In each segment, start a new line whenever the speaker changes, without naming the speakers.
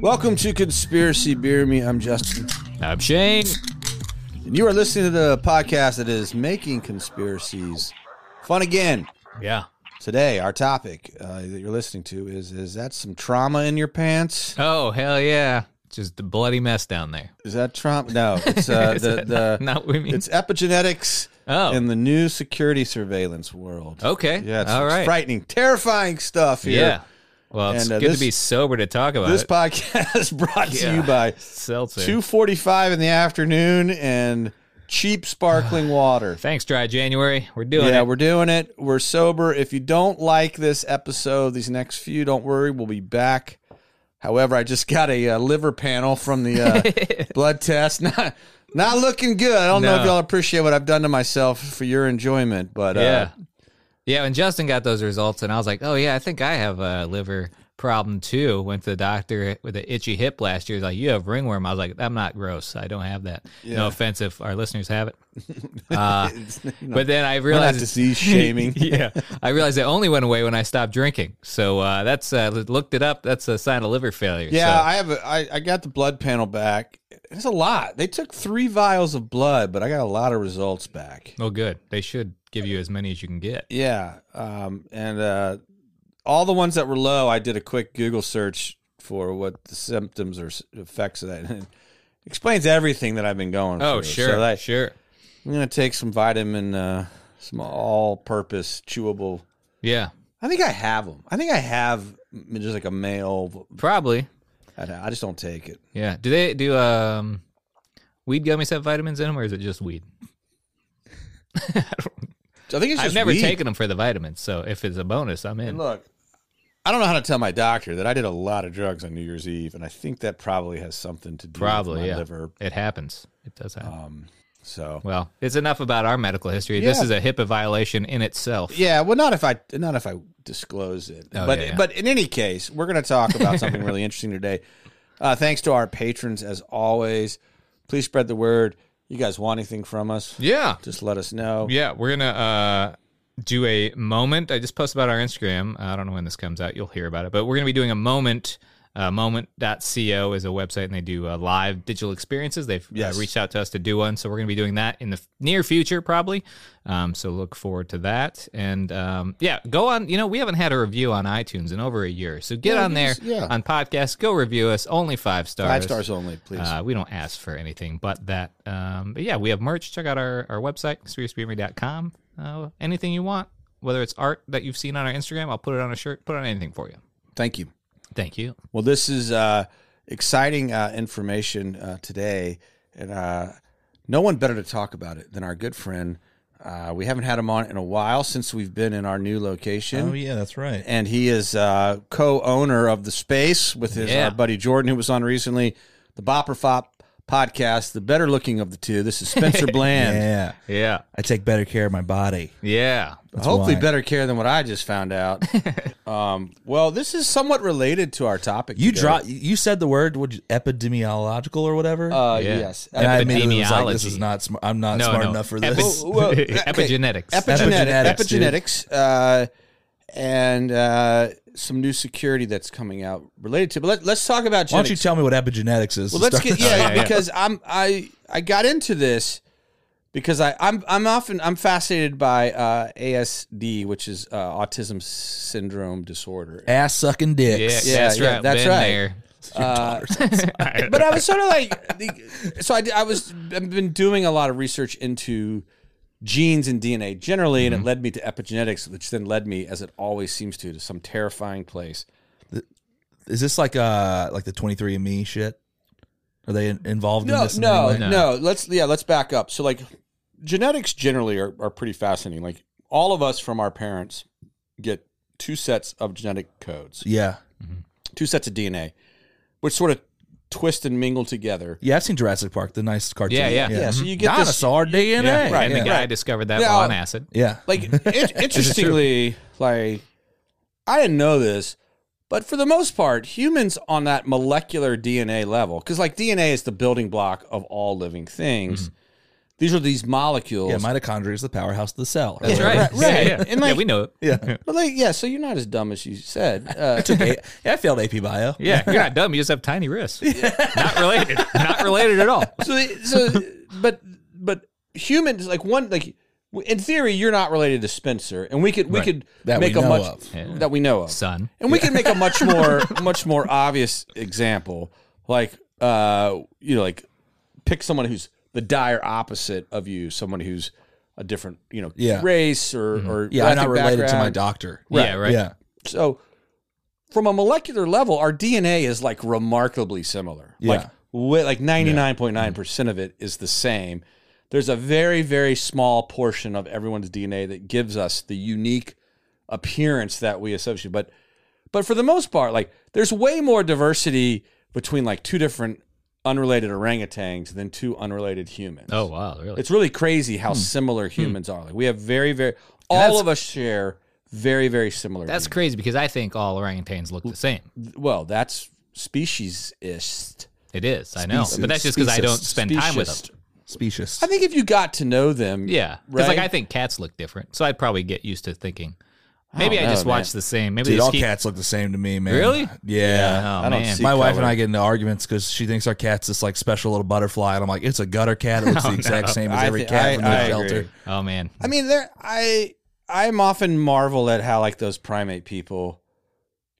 Welcome to Conspiracy Beer Me. I'm Justin.
I'm Shane.
And you are listening to the podcast that is making conspiracies fun again.
Yeah.
Today, our topic uh, that you're listening to is Is that some trauma in your pants?
Oh hell yeah! Just the bloody mess down there.
Is that trauma? No, it's uh,
Is
the,
that
the,
not, not what we mean?
it's epigenetics
Oh.
in the new security surveillance world.
okay.
Yeah, it's,
All
it's
right.
frightening, terrifying stuff here.
Yeah. Well, it's
And, uh,
good
this-
to be sober to talk about
This
it.
podcast brought to
Yeah.
you by
Seltzer.
2:45 in the afternoon and cheap sparkling water.
Thanks, Dry January. We're doing
yeah,
it.
we're doing it. We're sober. If you don't like this episode, these next few, don't worry, we'll be back. However, I just got a uh, liver panel from the uh, blood test. Not not looking good. I don't know if
No.
y'all appreciate what I've done to myself for your enjoyment, but
yeah.
uh,
Yeah. When Justin got those results, and I was like, oh yeah, I think I have a liver problem too. Went to the doctor with an itchy hip last year. He's like, you have ringworm. I was like, I'm not gross. I don't have that.
Yeah.
No offense if our listeners have it. Uh, but then I
we're not
realized
disease shaming.
yeah, I realized it only went away when I stopped drinking. So uh, that's uh, looked it up. That's a sign of liver failure.
Yeah,
so,
I have. A, I, I got the blood panel back. It's a lot. They took three vials of blood, but I got a lot of results back.
well, good. They should give you as many as you can get.
Yeah, um, and uh, all the ones that were low, I did a quick Google search for what the symptoms or s- effects of that. And it explains everything that I've been going.
Oh,
through.
sure,
So that-
sure.
I'm gonna take some vitamin, uh, some all-purpose chewable.
Yeah,
I think I have them. I think I have m- just like a male.
probably.
I don't- I just don't take it.
Yeah. Do they do um weed gummies have vitamins in them, or is it just weed?
I think it's just
I've never
weed.
taken them for the vitamins, so if it's a bonus, I'm in.
And look, I don't know how to tell my doctor that I did a lot of drugs on New Year's Eve, and I think that probably has something to do
Probably,
with my
yeah.
liver.
It happens. It does happen.
Um, so
well, it's enough about our medical history. This
Yeah.
is a HIPAA violation in itself.
yeah, well, not if I not if I disclose it,
Oh,
but
yeah, yeah.
but in any case, we're going to talk about something really interesting today. Uh, thanks to our patrons as always. Please spread the word. You guys want anything from us?
Yeah.
Just let us know.
Yeah, we're gonna uh, do a moment. I just posted about our Instagram. I don't know when this comes out. You'll hear about it, but we're gonna be doing a moment. Uh, moment.co is a website and they do uh, live digital experiences. They've
Yes.
uh, reached out to us to do one. So we're going to be doing that in the f- near future, probably. Um, so look forward to that. And um, yeah, go on. You know, we haven't had a review on iTunes in over a year. So get
Yeah,
on
give
there
us- yeah.
on podcasts. Go review us. Only five stars.
Five stars only, please.
Uh, we don't ask for anything but that. Um, but yeah, we have merch. Check out our, our website, seriousbeamery.com. Uh, anything you want, whether it's art that you've seen on our Instagram, I'll put it on a shirt, put it on anything for you.
Thank you.
Thank you.
Well, this is uh, exciting uh, information uh, today, and uh, no one better to talk about it than our good friend. Uh, we haven't had him on in a while since we've been in our new location,
Oh yeah, that's right.
and he is uh, co-owner of the space with his
Yeah.
our buddy Jordan, who was on recently, the Bopper Fop podcast, the better looking of the two. This is Spencer Bland.
Yeah,
Yeah.
I take better care of my body.
Yeah.
Hopefully,
why.
better care than what I just found out. um, well, this is somewhat related to our topic.
You
today.
drop. You said the word would you, epidemiological or whatever.
Uh,
Yeah.
Yes.
and I immediately was like, this
epidemiology.
is not. Sm- I'm not
No,
smart
no.
enough for
Epi-
this.
Well, well,
Epigenetics.
epigenetics,
Epigenetics, dude.
epigenetics, uh, and uh, some new security that's coming out related to. But let, let's talk about.
Why don't you
genetics.
tell me what epigenetics is?
well,
to
let's
start
get yeah,
yeah, yeah.
because I'm I I got into this because I I'm I'm often I'm fascinated by uh, ASD, which is uh, autism syndrome disorder.
with? ass sucking
Yeah,
dicks.
Yeah,
that's
yeah,
right.
that's
Been
right.
there.
Uh, but I was sort of like, the- so I, did- I was I've been doing a lot of research into genes and DNA generally, and it led me to epigenetics, which then led me, as it always seems to, to some terrifying place.
Is this like uh like the 23andMe shit? Are they in- involved in
No,
this? in any
no,
way?
no, Let's yeah, let's back up. So like, genetics generally are are pretty fascinating. Like all of us from our parents get two sets of genetic codes,
Yeah,
two sets of DNA, which sort of twist and mingle together.
yeah. I've seen Jurassic Park, the nice cartoon.
Yeah, yeah.
Yeah, so you get this
Dinosaur DNA.
Yeah.
Yeah.
and the
yeah.
guy discovered that
Now-
while on acid.
like in- interestingly like i didn't know this but for the most part humans on that molecular dna level because like dna is the building block of all living things These are these molecules.
Yeah, mitochondria is the powerhouse of the cell.
That's
Yeah,
right.
right, right.
Yeah, yeah.
And, like-
Yeah, we know it.
Yeah.
but like, yeah, so you're not as dumb as you said. Uh,
Okay. yeah, I failed AP Bio.
Yeah, you're not dumb. You just have tiny wrists. Not related. Not related at all.
so, so, but, but humans like one like in theory, you're not related to Spencer, and we could we
Right.
could
That
make
we
a
know
much
of.
Yeah.
that we know of.
Son.
And we can make a much more much more obvious example, like uh, you know, like pick someone who's the dire opposite of you, someone who's a different you know
Yeah. Mm-hmm.
race or or
Yeah, I'm not
ethnic
related to my
background.
doctor.
Yeah, right.
Yeah.
So from a molecular level, our DNA is like remarkably similar. Like
Yeah.
wi- like ninety nine point nine percent of it is the same. There's a very very small portion of everyone's DNA that gives us the unique appearance that we associate. But but for the most part, like there's way more diversity between like two different unrelated orangutans than two unrelated humans.
Oh wow, really?
It's really crazy
Hmm.
how similar humans are. Like we have very very all of us share very very similar.
That's crazy because I think all orangutans look the same.
well, that's speciesist.
It is. I know,
Species-
but that's just because I don't
speciesist.
spend time with them.
Speciesist.
Specious.
I think if you got to know them,
Yeah, because like
Right?
I think cats look different, so I'd probably get used to thinking. Maybe I,
don't
just
know,
watch the same. Maybe they
Dude,
just
all
keep-
cats look the same to me, man.
Really?
Yeah.
Oh
I don't
man,
see-
My wife
color.
and I get into arguments because she thinks our cat's this like special little butterfly, and I'm like, it's a gutter cat. It looks the exact same as
Oh, I
every
thi-
cat
I-
from the
I
shelter.
agree.
oh man.
I mean, there I I'm often marvel at how like those primate people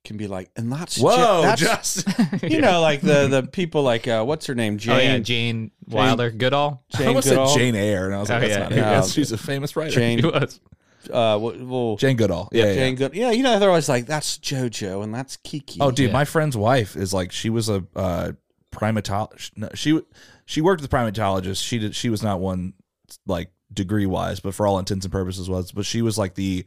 can be like, and that's ju-
Whoa,
that's-
Justin!
you know, like the the people like uh, what's her name, Jane
oh yeah, Gene Wilder Goodall.
Jane
I almost said
Goodall?
Jane Eyre, and I was like,
Oh,
that's
yeah.
not
Yeah.
her. That's- She's a famous writer. Jane,
He
Jane,
was.
uh, well, well, Jane,
Goodall. Yeah, yeah.
Good. You know, you know, they're always like, that's JoJo and that's Kiki.
Oh, dude,
Yeah.
my friend's wife is like she was a uh, primatologist. No, she she worked with primatologists. She did. She was not one like degree wise, but for all intents and purposes was. But she was like the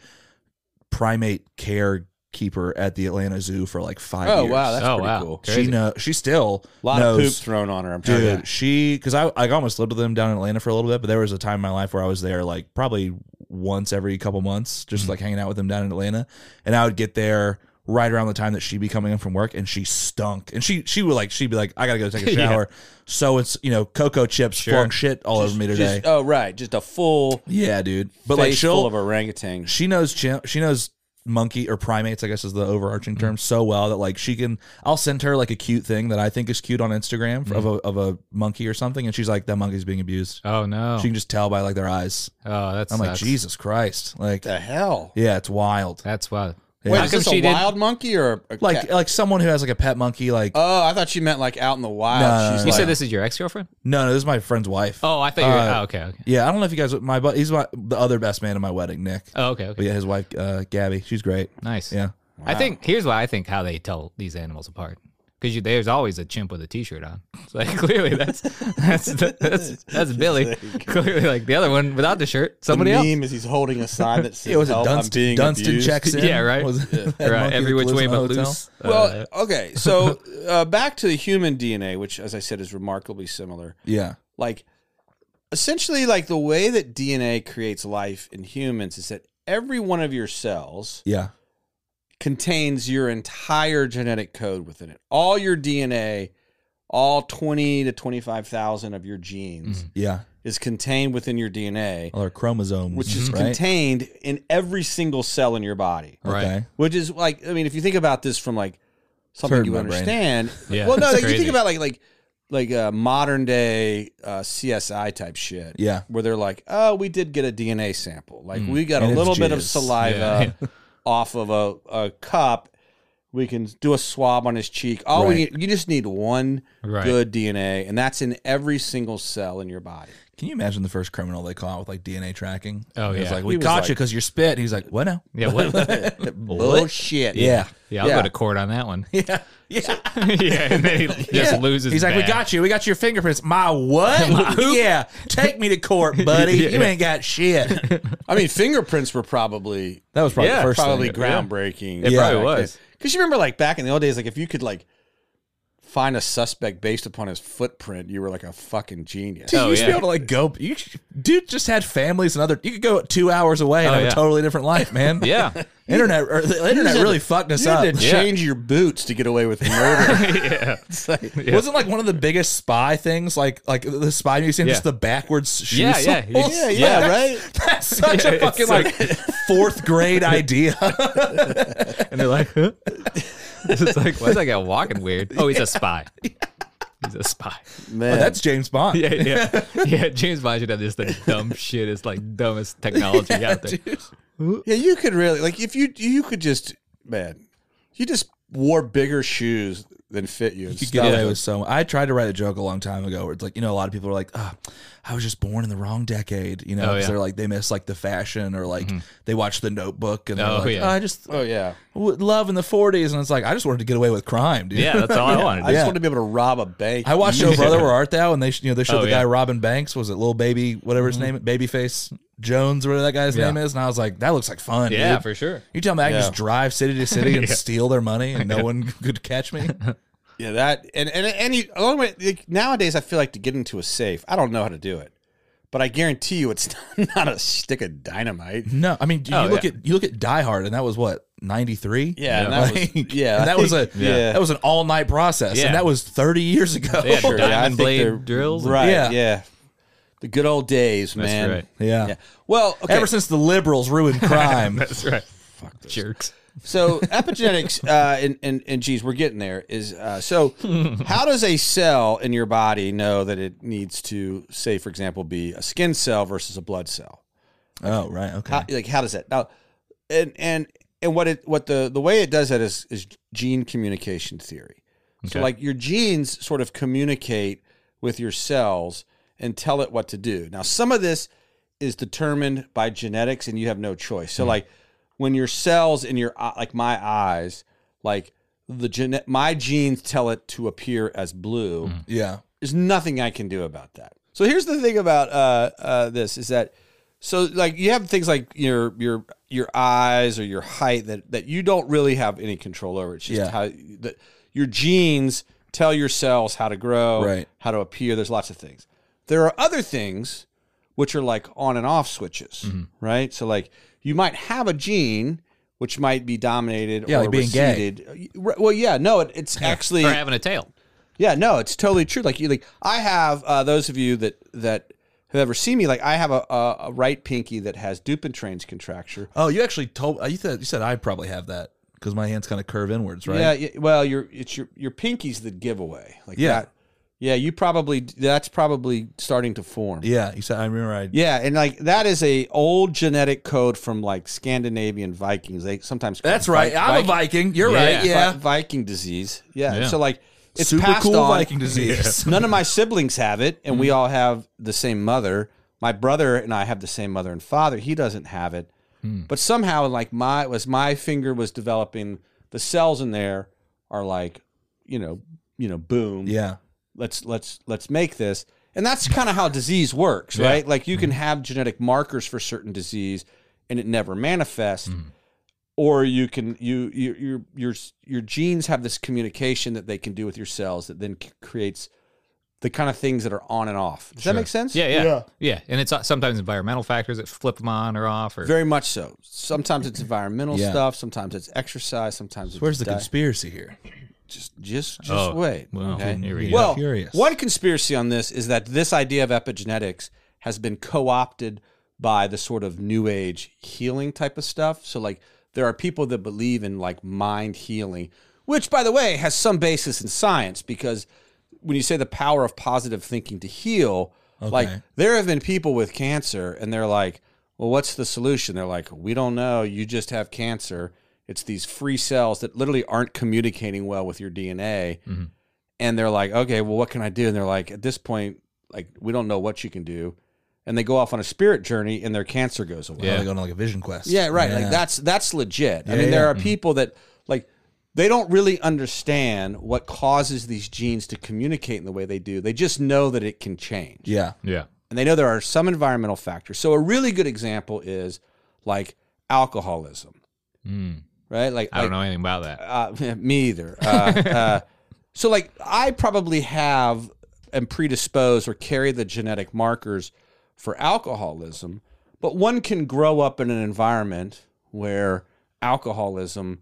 primate carekeeper at the Atlanta Zoo for like five.
oh
years.
wow, that's
Oh,
pretty
wow.
cool.
She know. She still
A lot of poop
knows.
thrown on her. I'm
Dude,
telling you.
she because I I almost lived with them down in Atlanta for a little bit, but there was a time in my life where I was there like probably once every couple months,
Mm-hmm.
just like hanging out with them down in Atlanta, and I would get there right around the time that she'd be coming in from work, and she stunk, and she she would like she'd be like I gotta go take a
Yeah.
shower, so it's you know cocoa chips
Sure.
flung shit all over me today,
Just, oh right, just a full
yeah, dude, but
face
like she'll
full of orangutan.
she knows chimp she knows monkey or primates i guess is the
Mm.
overarching term so well that like she can i'll send her like a cute thing that i think is cute on instagram f- of, a, of a monkey or something and she's like that monkey's being abused
Mm. Oh no.
she can just tell by like their eyes
oh, that's.
i'm like jesus christ like
the hell?
yeah it's wild
That's wild.
Wait,
How
is
come
this
she
a
didn't-
wild monkey or a, a
like uh,
cat?
like someone who has like a pet monkey like
Oh, I thought you meant like out in the wild.
No, no,
She's
no,
You
like,
said this is your ex girlfriend?
no no this is my friend's wife
Oh, I thought you. Were,
Uh,
oh, okay, okay.
yeah i don't know if you guys my bu- he's my the other best man at my wedding nick
Oh, okay,
but
okay.
yeah his wife uh gabby she's great
Nice.
yeah
I think here's why I think how they tell these animals apart because there's always a chimp with a t-shirt on. It's like clearly that's that's that's, that's Billy. Clearly, like the other one without the shirt, somebody
the
else.
meme is he's holding a sign that says,
yeah was it
"Help, I'm
dunstan
being
dunstan
abused."
checks in
Yeah, right.
Was it that
Right,
monkey
every
that
which
lives
way
in a
but
hotel?
loose. Uh,
Well, okay, so uh, back to the human DNA, which, as I said, is remarkably similar.
yeah
Like, essentially, like the way that DNA creates life in humans is that every one of your cells
Yeah.
contains your entire genetic code within it. All your DNA, all twenty to twenty-five thousand of your genes,
Mhm.
Yeah.
is contained within your DNA.
All our chromosomes.
which is
Mm-hmm. right?
contained in every single cell in your body.
Right.
Okay.
Which is like, I mean, if you think about this from like something
Turd in
you
my brain.
understand,
Yeah,
well, no,
it's
like you
crazy.
think about like like like uh, modern day uh, CSI type shit,
Yeah.
where they're like, oh, we did get a DNA sample, like
Mm.
we got
And
a
it's
little bit of
jizz.
Yeah.
saliva off of a, a cup. We can do a swab on his cheek. All we
Right.
need, you just need one
Right.
good DNA, and that's in every single cell in your body.
Can you imagine the first criminal they caught with like DNA tracking?
Oh,
It was
yeah.
like, we
He was
caught
like-
you because you're spit. And he's like, what now?
Yeah, what?
Bullshit.
Yeah.
yeah, I'll
Yeah.
go to court on that one.
Yeah. Yeah.
yeah, and then he just loses.
He's like, we
bad.
got you. We got your fingerprints. My what? yeah. Take me to court, buddy.
Yeah.
You ain't got shit.
I mean, fingerprints were probably
That was probably
Yeah,
the first
probably
thing.
groundbreaking.
It
Yeah.
probably was.
Because you remember, like back in the old days, like if you could like find a suspect based upon his footprint, you were like a fucking genius.
Dude,
Oh,
you used to be
yeah.
able to like go. You, dude just had families and other. You could go two hours away and
Oh,
have
yeah.
a totally different life, man.
Yeah.
internet or the internet
had
really
to-
fucked us
You
up.
had to
Yeah.
change your boots to get away with murder.
yeah.
It's like-
Wasn't like one of the biggest spy things, like like the spy museum,
Yeah.
just the backwards shoe.
Yeah, yeah.
sole?
You just-
yeah, yeah, right.
That's such
Yeah,
a
it's
fucking
so
like fourth grade idea.
And they're like, huh? it's like, why is that guy walking weird? Oh, he's a spy. He's a spy.
Man,
Oh, that's James Bond.
Yeah, yeah. Yeah, James Bond should have just the dumb shit. It's like dumbest technology out there.
Dude.
yeah. You could really like if you you could just man, you just wore bigger shoes than fit you. and
You
stuff.
got away with so. I tried to write a joke a long time ago. Where it's like you know, a lot of people are like, oh, "I was just born in the wrong decade," you know,
Oh,
'cause
yeah. Mm-hmm.
they're like they miss like the fashion or like they watch The Notebook and they're
Oh,
like,
yeah.
"Oh, "I just
Oh yeah,
would love in the '40s," and it's like I just wanted to get away with crime, dude.
Yeah, that's all I wanted.
I just
Yeah.
want to be able to rob a bank.
I watched Oh Brother Where Art Thou, and they sh- you know they showed
Oh,
the
yeah.
guy Robin Banks was it little baby whatever his
Mm-hmm.
name Babyface Jones or whatever that guy's
Yeah.
name is, and I was like that looks like fun.
Yeah,
dude.
for sure.
You tell me I can
Yeah.
just drive city to city and steal their money and no one could catch me.
Yeah, that and and and you, along with like, nowadays, I feel like to get into a safe, I don't know how to do it, but I guarantee you, it's not a stick of dynamite.
No, I mean you
Oh,
look
yeah.
at you look at Die Hard, and that was what ninety three.
Yeah, and that
Like,
was, yeah,
and
I
that was a
think- yeah.
that was an all night process,
Yeah.
and that was thirty years ago.
They had
Sure, yeah, I
diamond
think
blade
they're-
drills.
right?
Yeah.
Yeah. the good old days, man.
right.
Yeah.
Yeah. Well, okay.
Ever since the liberals ruined crime,
That's right. Fuck jerks.
so epigenetics, uh, and, and and geez, we're getting there. Is uh, so, how does a cell in your body know that it needs to, say, for example, be a skin cell versus a blood cell?
oh right, okay,
How, like how does that now? And and and what it what the the way it does that is is gene communication theory. So
Okay.
like your genes sort of communicate with your cells and tell it what to do. Now some of this is determined by genetics and you have no choice. So like when your cells in your eye- like my eyes like the gene- my genes tell it to appear as blue
yeah,
there's nothing I can do about that. So here's the thing about uh, uh, this is that so like you have things like your your your eyes or your height that that you don't really have any control over. It's just
Yeah.
how that your genes tell your cells how to grow,
Right.
how to appear. There's lots of things. There are other things which are like on and off switches,
Mm-hmm.
right? So like you might have a gene which might be dominated
Yeah,
or
like being gay.
receded. Well, yeah, no, it, it's actually
Or having a tail.
yeah, no, it's totally true. Like you, like I have uh, those of you that that have ever seen me. Like I have a, a, a right pinky that has Dupuytren's contracture.
Oh, you actually told uh, you said you said I probably have that because my hands kind of curve inwards, right?
Yeah, yeah, well, your it's your your pinky's the giveaway. Like
Yeah.
that. yeah, you probably that's probably starting to form.
yeah. You said I remember I.
Yeah, and like that is a old genetic code from like Scandinavian Vikings. They sometimes call
That's
it
right.
Vi-
I'm
Vi-
a Viking. You're
Yeah.
right.
Vi-
Yeah.
Viking disease. Yeah.
Yeah.
so like it's
Super
passed
cool
on. Mm-hmm.
Viking disease.
None of my siblings have it, and we all have the same mother. My brother and I have the same mother and father. He doesn't have it, but somehow, like my was my finger was developing. The cells in there are like, you know, you know, boom.
yeah.
Let's let's let's make this, and that's kind of how disease works,
Yeah.
right? Like you
Mm-hmm.
can have genetic markers for certain disease, and it never manifests.
Mm-hmm.
Or you can you you your your your genes have this communication that they can do with your cells that then c- creates the kind of things that are on and off. Does that make sense?
Yeah, yeah, yeah. And it's uh, sometimes environmental factors that flip them on or off. Or
very much so. Sometimes it's environmental
Yeah.
stuff. Sometimes it's exercise. Sometimes it's
Where's the
diet.
conspiracy here?
just just just
Oh,
wait.
well, here we go.
Well,
Furious.
one conspiracy on this is that this idea of epigenetics has been co-opted by the sort of new age healing type of stuff. So like there are people that believe in like mind healing, which by the way has some basis in science because when you say the power of positive thinking to heal, like
Okay.
there have been people with cancer and they're like, well, what's the solution? They're like, we don't know. You just have cancer. It's these free cells that literally aren't communicating well with your DNA
Mm-hmm.
and they're like, okay, well, what can I do? And they're like, at this point, like, we don't know what you can do. And they go off on a spirit journey and their cancer goes away.
Yeah.
Yeah.
They're going on like a vision quest.
Yeah, right.
Yeah.
Like that's that's legit. I
Yeah,
mean, there
yeah.
are people that like they don't really understand what causes these genes to communicate in the way they do. They just know that it can change
Yeah.
yeah,
and they know there are some environmental factors. So a really good example is like alcoholism,
Mm.
right? Like
I don't know anything about that.
Uh, me either. Uh, uh, So like I probably have am predisposed or carry the genetic markers for alcoholism, but one can grow up in an environment where alcoholism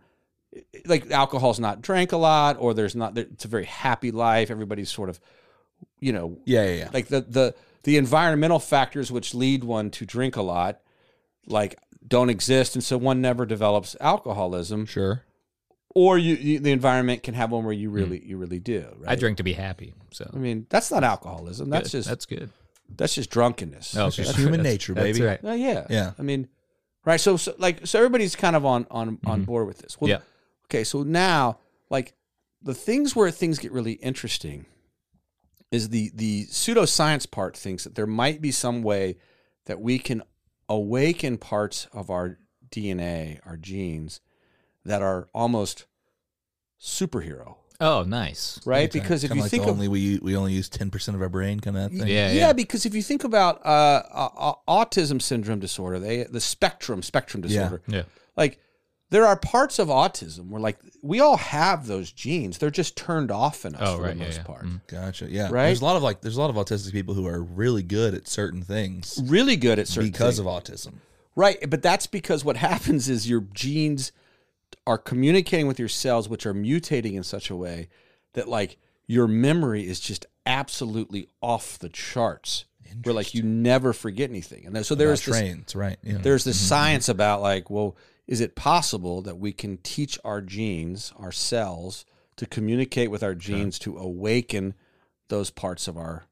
like alcohol's not drank a lot or there's not there, it's a very happy life everybody's sort of you know
Yeah, yeah, yeah.
like the the the environmental factors which lead one to drink a lot like don't exist and so one never develops alcoholism
Sure.
or you, you the environment can have one where you really you really do right
Mm. I drink to be happy. So
I mean that's not alcoholism Mm, that's
good.
just that's,
that's good.
just drunkenness
Oh,
It's
okay.
just
That's
human
right.
nature,
That's-
baby.
That's right.
Uh, yeah
Yeah.
I mean right so, so like so everybody's kind of on on on board with this well
Mm-hmm. Yeah.
okay so now like the things where things get really interesting is the the pseudoscience part thinks that there might be some way that we can awaken parts of our dna our genes that are almost superhero
Oh, nice.
right because if
Kinda
you
like
think
the
of
only we we only use ten percent of our brain, kind of that thing.
Yeah,
yeah,
yeah.
because if you think about uh, uh, uh, autism syndrome disorder they the spectrum spectrum disorder
Yeah.
like there are parts of autism where like we all have those genes they're just turned off in us
Oh,
for
right.
the
Yeah,
most
yeah.
part
Mm.
Gotcha. Yeah.
Right?
There's a lot of like there's a lot of autistic people who are really good at certain things
really good at certain
because
things.
of autism.
right but that's because what happens is your genes are communicating with your cells which are mutating in such a way that like your memory is just absolutely off the charts where like you never forget anything and then, so there
About
is this
trains, right? Yeah.
there's
Mm-hmm,
this science about like well is it possible that we can teach our genes our cells to communicate with our genes to awaken those parts of our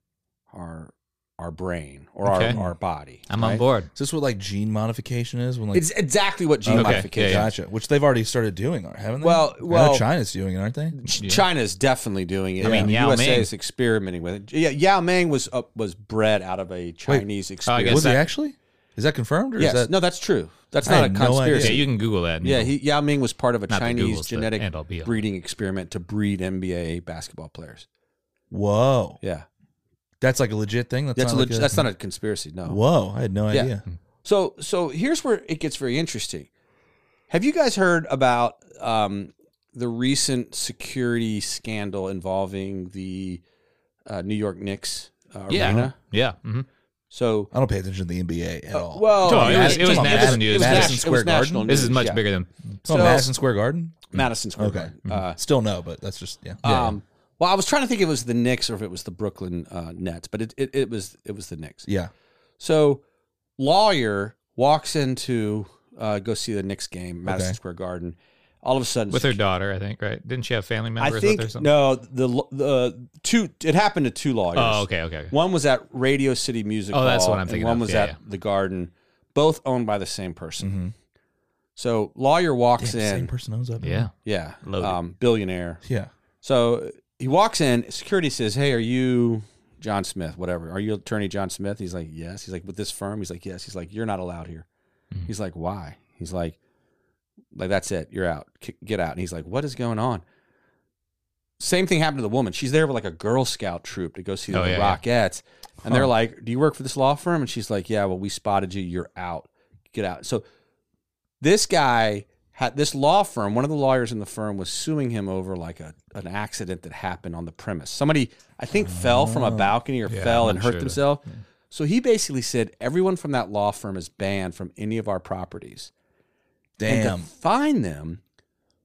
our our brain or
Okay.
our, our body
I'm
right?
on board.
Is this what like gene modification is? When like
it's exactly what gene
Okay.
modification
Yeah, yeah.
gotcha, which they've already started doing, haven't they?
Well-
I know
well-
China's doing it, aren't they?
Ch- China's definitely doing it.
I mean,
The
Yao
USA
Ming.
is experimenting with it. Yeah, Yao Ming was uh, was bred out of a Chinese
Oh, I
experience.
guess
Was he
that-
actually? Is that confirmed or
yes,
is that
no, that's true. That's
I
not a
had no idea.
conspiracy.
Yeah, you can Google that. and
Yeah,
you'll-
he, Yao Ming was part of a
Not the
Chinese
Googles, but
genetic
and I'll be-
breeding experiment to breed NBA basketball players.
whoa?
Yeah,
That's like a legit thing. That's,
that's
not
a
like
leg- that's not a conspiracy. No.
whoa. I had no
Yeah.
idea.
So so here's where it gets very interesting. Have you guys heard about um, the recent security scandal involving the uh, New York Knicks uh,
Yeah.
arena?
Yeah. mhm.
So uh,
I don't pay attention to the NBA at all.
well,
No, it
yeah,
was- it was
come on,
national
it
news.
was
Madison
nas- it was
Square Garden?
national
This is
news,
much
yeah.
bigger than.
oh,
so-
Madison Square Garden.
Madison Square
Okay.
Garden. Uh,
Still no, but that's just yeah.
Um, well, I was trying to think if it was the Knicks or if it was the Brooklyn uh, Nets, but it, it, it was it was the Knicks.
yeah.
So, lawyer walks into uh, go see the Knicks game, Madison
Okay.
Square Garden. All of a sudden,
With her daughter, I think, right? Didn't she have family members
I
with her or
think
something?
no, the the two it happened to two lawyers.
Oh, okay, okay. okay.
One was at Radio City Music
Oh,
Hall,
that's what I'm
and
thinking
one
of.
was
Yeah,
at
yeah.
the Garden, both owned by the same person.
Mm-hmm.
So, lawyer walks
Same
in,
person owns that.
Yeah.
yeah,
Loaded.
um, billionaire,
Yeah.
So he walks in. Security says, "Hey, are you John Smith? Whatever. Are you attorney John Smith?" He's like, "Yes." He's like, "With this firm?" He's like, "Yes." He's like, "You're not allowed here."
Mhm.
He's like, "Why?" He's like, "Like that's it. You're out. K- Get out." And he's like, "What is going on?" Same thing happened to the woman. She's there with like a Girl Scout troop to go see
Oh,
the
yeah, yeah.
Rockettes, and they're like, "Do you work for this law firm?" And she's like, "Yeah." Well, we spotted you. You're out. Get out. So this guy had this law firm one of the lawyers in the firm was suing him over like a, an accident that happened on the premise somebody i think fell from
Oh.
a balcony or
Yeah,
fell
I'm
and hurt
sure that-
themselves so he basically said everyone from that law firm is banned from any of our properties
Damn.
and to find them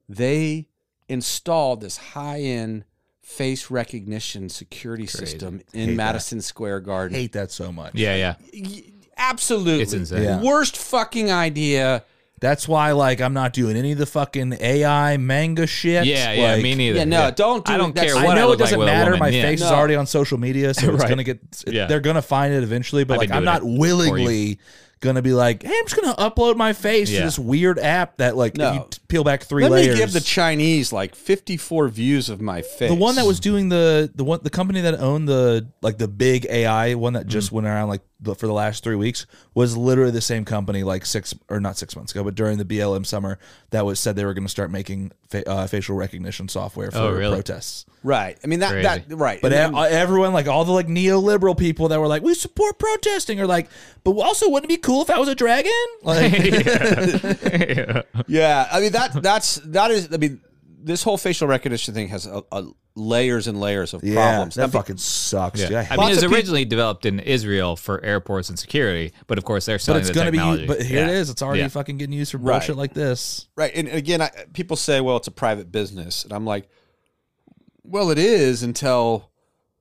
they installed this high-end face recognition security system in
Hate that.
madison square garden
hate that so much.
Yeah, yeah.
Y- absolutely
It's insane.
Yeah.
worst fucking idea
That's why, like, I'm not doing any of the fucking AI manga shit.
Yeah, yeah,
Like,
me neither.
yeah, no, don't do
I don't
it. That's-
care
I
what
know it
look like
doesn't
with a
matter.
woman.
My
Yeah.
face is
No.
already on social media, so it's
Right.
gonna get. it-
Yeah.
They're gonna find it eventually, but
I've
like,
been
I'm
doing
not
it for you.
willingly gonna be like, hey, I'm just gonna upload my face
Yeah.
to this weird app that, like,
No.
if you t- peel back three
Let
layers.
me give the Chinese like 54 views of my face.
the one that was doing the the one the company that owned the like the big AI one that
Mm.
just went around like the, for the last three weeks was literally the same company like six or not six months ago, but during the BLM summer that was said they were going to start making fa- uh, facial recognition software for
Oh, really?
protests.
right. I mean that that right.
But
And
e- everyone, like all the like neoliberal people that were like, we support protesting, are like, but also wouldn't it be cool if I was a dragon? Like,
yeah.
then- yeah, I mean that that's that is I mean this whole facial recognition thing has a, a layers and layers of
Yeah,
problems.
that
Now, be-
fucking sucks. dude. I hate
Lots
I mean, it was
of peop-
originally developed in Israel for airports and security, but of course they're
but
selling
it's
the
gonna be.
technology.
u- But here it
Yeah.
is. It's already
Yeah.
fucking getting used for
Right.
bullshit like this.
right, and and again, I, people say, "Well, it's a private business," and I'm like, "Well, it is until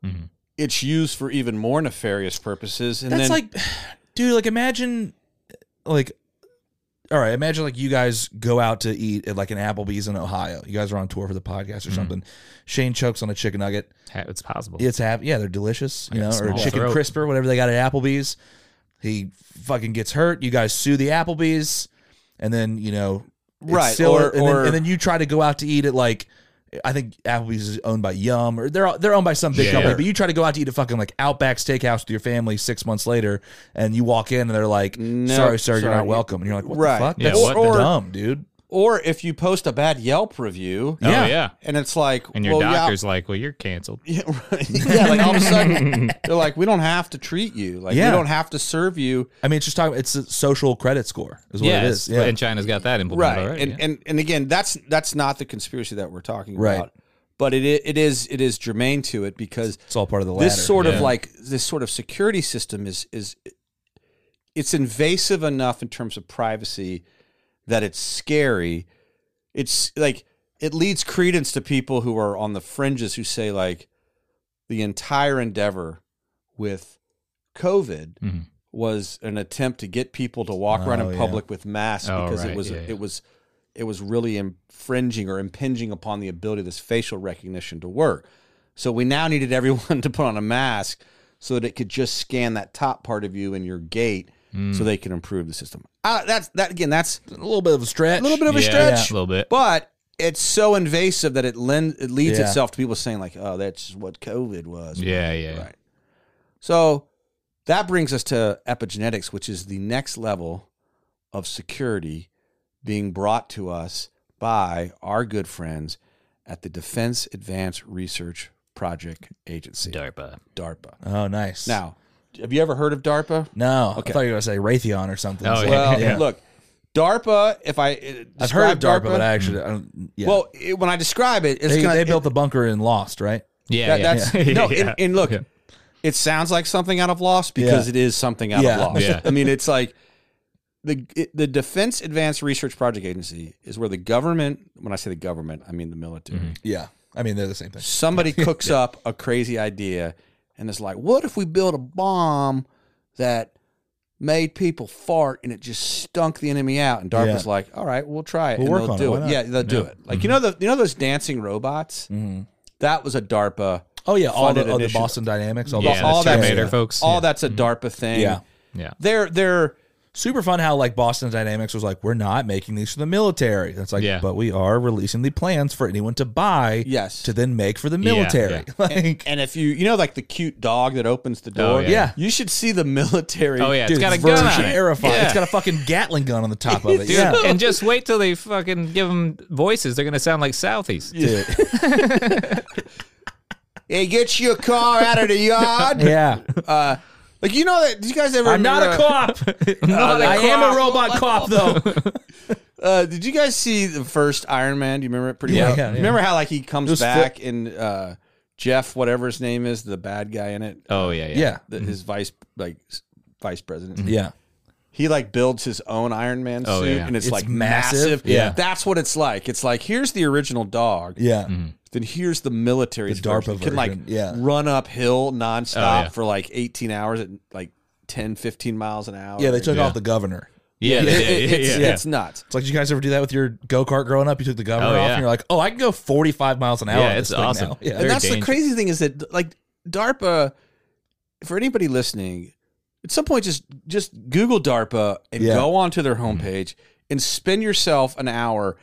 Mhm.
it's used for even more nefarious purposes." And
That's
then,
like, dude. Like imagine, like, all right. Imagine like you guys go out to eat at like an Applebee's in Ohio. You guys are on tour for the podcast or something. Shane chokes on a chicken nugget.
Ha- It's possible.
It's hap- yeah, they're delicious, you
I got
know, or
small
chicken
throat.
crisp or whatever they got at Applebee's. He fucking gets hurt. You guys sue the Applebee's, and then you know, it's
Right,
still-
or-
and, then,
or-
and then you try to go out to eat at like. I think Applebee's is owned by Yum, or they're they're owned by some big
Sure.
company. But you try to go out to eat a fucking like Outback Steakhouse with your family six months later, and you walk in and they're like,
No,
"Sorry, sir, you're
sorry.
not welcome." And you're like, "What
Right.
the fuck?
Yeah,
That's
what the-
dumb, dude."
or if you post a bad Yelp review,
oh yeah.
and it's like,
And your
well, yeah,
doctor's like, well, you're canceled.
Yeah, right. yeah, like all of a sudden they're like, we don't have to treat you. Like
Yeah.
we don't have to serve you.
I mean, it's just talking. It's a social credit score, is what
yeah,
it
it's-
is. Yeah,
and China's got that implemented
Right.
already.
and,
yeah.
and and again, that's that's not the conspiracy that we're talking
Right.
about. But it i- it is it is germane to it because
it's all part of the ladder.
this sort
yeah.
of like this sort of security system is is it's invasive enough in terms of privacy that it's scary. It's like it leads credence to people who are on the fringes who say like the entire endeavor with COVID
Mhm.
was an attempt to get people to walk around
Mm-hmm. Oh,
in
yeah.
public with masks
Oh,
because
right,
it was
yeah, yeah.
it was it was really infringing or impinging upon the ability of this facial recognition to work. So we now needed everyone to put on a mask so that it could just scan that top part of you and your gait so
Mm.
they can improve the system. Uh, that's that again. That's
a little bit of a stretch.
a little bit of a
Yeah,
stretch,
A little bit.
but it's so invasive that it lend, it leads
Yeah.
itself to people saying like, "Oh, that's what COVID was."
Yeah, yeah.
Right. So that brings us to epigenetics, which is the next level of security being brought to us by our good friends at the Defense Advanced Research Project Agency,
DARPA.
DARPA.
Oh, nice.
Now, have you ever heard of DARPA?
no,
Okay.
I thought you were gonna say Raytheon or something.
Oh,
So-
Well,
Yeah.
look, DARPA. If I uh,
I've heard of DARPA,
describe
but I actually, I don't, yeah.
well, it, when I describe it, it's
they,
gonna
they
it-
built the bunker in Lost, right?
Yeah,
that,
yeah.
that's no.
Yeah.
And, and look,
Yeah.
it sounds like something out of Lost because
Yeah.
it is something out
Yeah.
of Lost.
Yeah.
I mean, it's like the it- the Defense Advanced Research Project Agency is where the government. When I say the government, I mean the military.
Yeah, I mean they're the same thing.
Somebody cooks up a crazy idea and is like, "What if we build a bomb that?" Made people fart and it just stunk the enemy out. And DARPA's
Yeah.
like, "All right, we'll try it. and
We'll work
they'll
on it.
do
Why
it.
not?
Yeah, they'll do it. Like you know the you know those dancing robots.
Mhm.
That was a DARPA
Oh yeah, all the,
Funded
all the
initiative.
Boston Dynamics, all,
Yeah,
the,
all
all
that-
that Terminator,
yeah.
folks.
all
yeah. Mm-hmm.
that's a DARPA thing.
Yeah.
Yeah.
They're they're
super fun. How like Boston Dynamics was like, we're not making these for the military. That's like,
Yeah.
but we are releasing the plans for anyone to buy,
Yes.
to then make for the military.
yeah.
like,
and if you you know like the cute dog that opens the door.
Oh, yeah.
Yeah.
You should see the military.
Oh, yeah. It's
dude,
got a
verge
gun on it.
terrifying.
Yeah.
It's got a fucking Gatling gun on the top of it.
Dude,
yeah,
and just wait till they fucking give them voices. They're gonna sound like Southies.
Dude.
Hey, get your car out of the yard.
yeah.
Uh like you know that did you guys ever
I'm not a
remember-
cop.
Not a
I am
cop.
a robot cop, though.
uh did you guys see the first Iron Man? Do you remember it pretty
Yeah,
well?
yeah, yeah.
Remember how like he comes
was fi-
back and uh Jeff, whatever his name is, the bad guy in it,
Oh yeah, yeah.
Yeah.
the, his vice like s- vice president.
Yeah.
he like builds his own Iron Man suit
Oh, yeah.
and it's,
It's
like massive.
massive. Yeah.
That's what it's like. It's like here's the original dog.
Yeah.
Mm-hmm.
Then here's the military
The DARPA
Can like
version, yeah.
run uphill nonstop
Oh, yeah.
for like 18 hours at like 10, 15 miles an hour.
Yeah, they took
Yeah.
off the governor.
Yeah, they
It-
did.
it- it's,
yeah.
it's nuts.
It's like, did you guys ever do that with your go kart growing up? You took the
Oh,
governor off
yeah.
and you're like, oh, I can go 45 miles an hour.
Yeah,
on this
it's
thing
awesome.
now. Yeah.
Very
and that's the
dangerous.
crazy thing is that like DARPA, for anybody listening, at some point just just Google DARPA and
Yeah.
go onto their homepage and spend yourself an hour,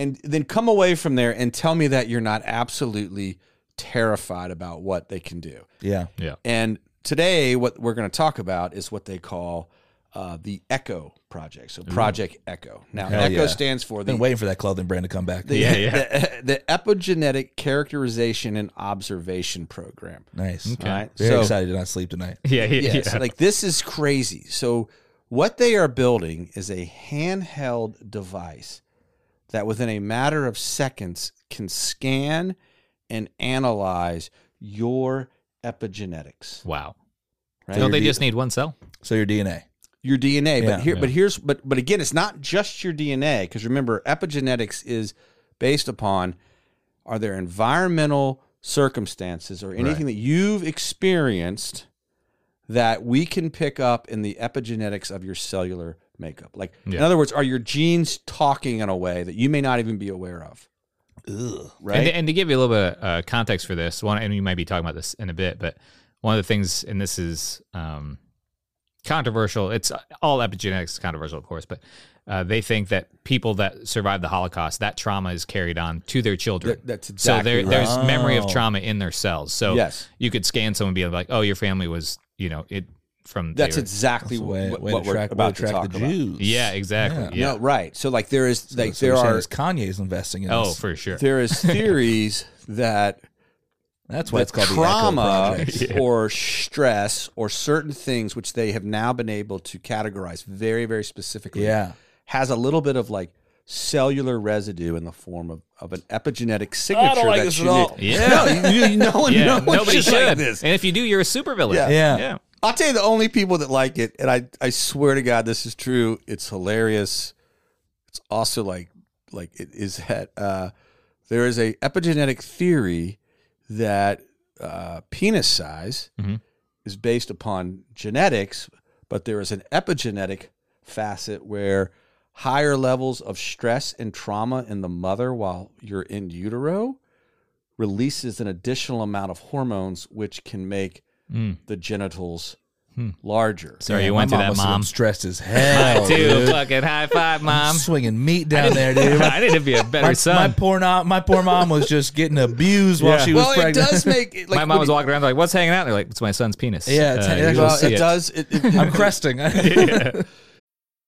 and then come away from there and tell me that you're not absolutely terrified about what they can do.
Yeah.
And today, what we're going to talk about is what they call uh, the Echo Project. So Project Echo. Now,
Hell
Echo
yeah.
stands for the
Been waiting for that clothing brand to come back.
the,
Yeah, yeah.
the, the epigenetic characterization and observation program.
nice.
All right.
Very
so,
excited to not sleep tonight.
Yeah, yeah,
yes,
yeah.
like this is crazy. So, what they are building is a handheld device that within a matter of seconds can scan and analyze your epigenetics.
Wow.
Right?
Don't they
Your
just need one cell?
So your DNA.
your DNA.
Yeah.
but here,
Yeah.
but here's, but but again, it's not just your DNA because remember, epigenetics is based upon are there environmental circumstances or anything that you've experienced that we can pick up in the epigenetics of your cellular makeup. Like, in
Yeah.
other words, are your genes talking in a way that you may not even be aware of?
And
Right.
to, and to give you a little bit of uh, context for this, one, and you might be talking about this in a bit, but one of the things, and this is um, controversial, it's all epigenetics is controversial, of course, but uh, they think that people that survived the Holocaust, that trauma is carried on to their children.
That- that's
so
exactly
there,
right.
there's memory of
Oh.
trauma in their cells. So
yes.
you could scan someone and be like, oh, your family was, you know, it from. they
That's
were-
exactly
That's the
what,
way,
what,
way to
we're
track,
about
about
to talk
the
about.
Jews.
Yeah, exactly.
Yeah.
Yeah.
No, right. So like there is
Like
like there are
Kanye's investing in
Oh,
this.
for sure.
there is theories that
That's why
the
it's called
trauma
the Echo Project.
or stress or certain things which they have now been able to categorize very very specifically
Yeah.
has a little bit of like cellular residue in the form of, of an epigenetic signature that you need.
Yeah.
no you, you, no one
Yeah,
no one's
nobody
just
should.
like this
And if you do, you're a supervillain.
Yeah.
Yeah.
yeah.
I'll tell you the only people that like it, and I, I swear to God, this is true. It's hilarious. It's also like like it is that uh, there is a epigenetic theory that uh, penis size
Mhm.
is based upon genetics, but there is an epigenetic facet where higher levels of stress and trauma in the mother while you're in utero releases an additional amount of hormones which can make
Mm.
the genitals
Hmm.
larger.
Sorry,
Yeah,
you
my
went to
mom
that,
must have been
mom.
Stressed as hell.
Dude,
dude.
fucking high five, mom.
Swinging meat down there, dude.
I need to be a
My,
better
my
son.
poor no, my poor mom was just getting abused while
Yeah.
she was
Well, it
pregnant.
does make it, like
my mom
when
was
you-
walking around. They're like, "What's hanging out?" They're like, "It's my son's penis."
Yeah, it's-
you
it's-
will
Well,
see
it does. It, it,
I'm cresting.
Yeah.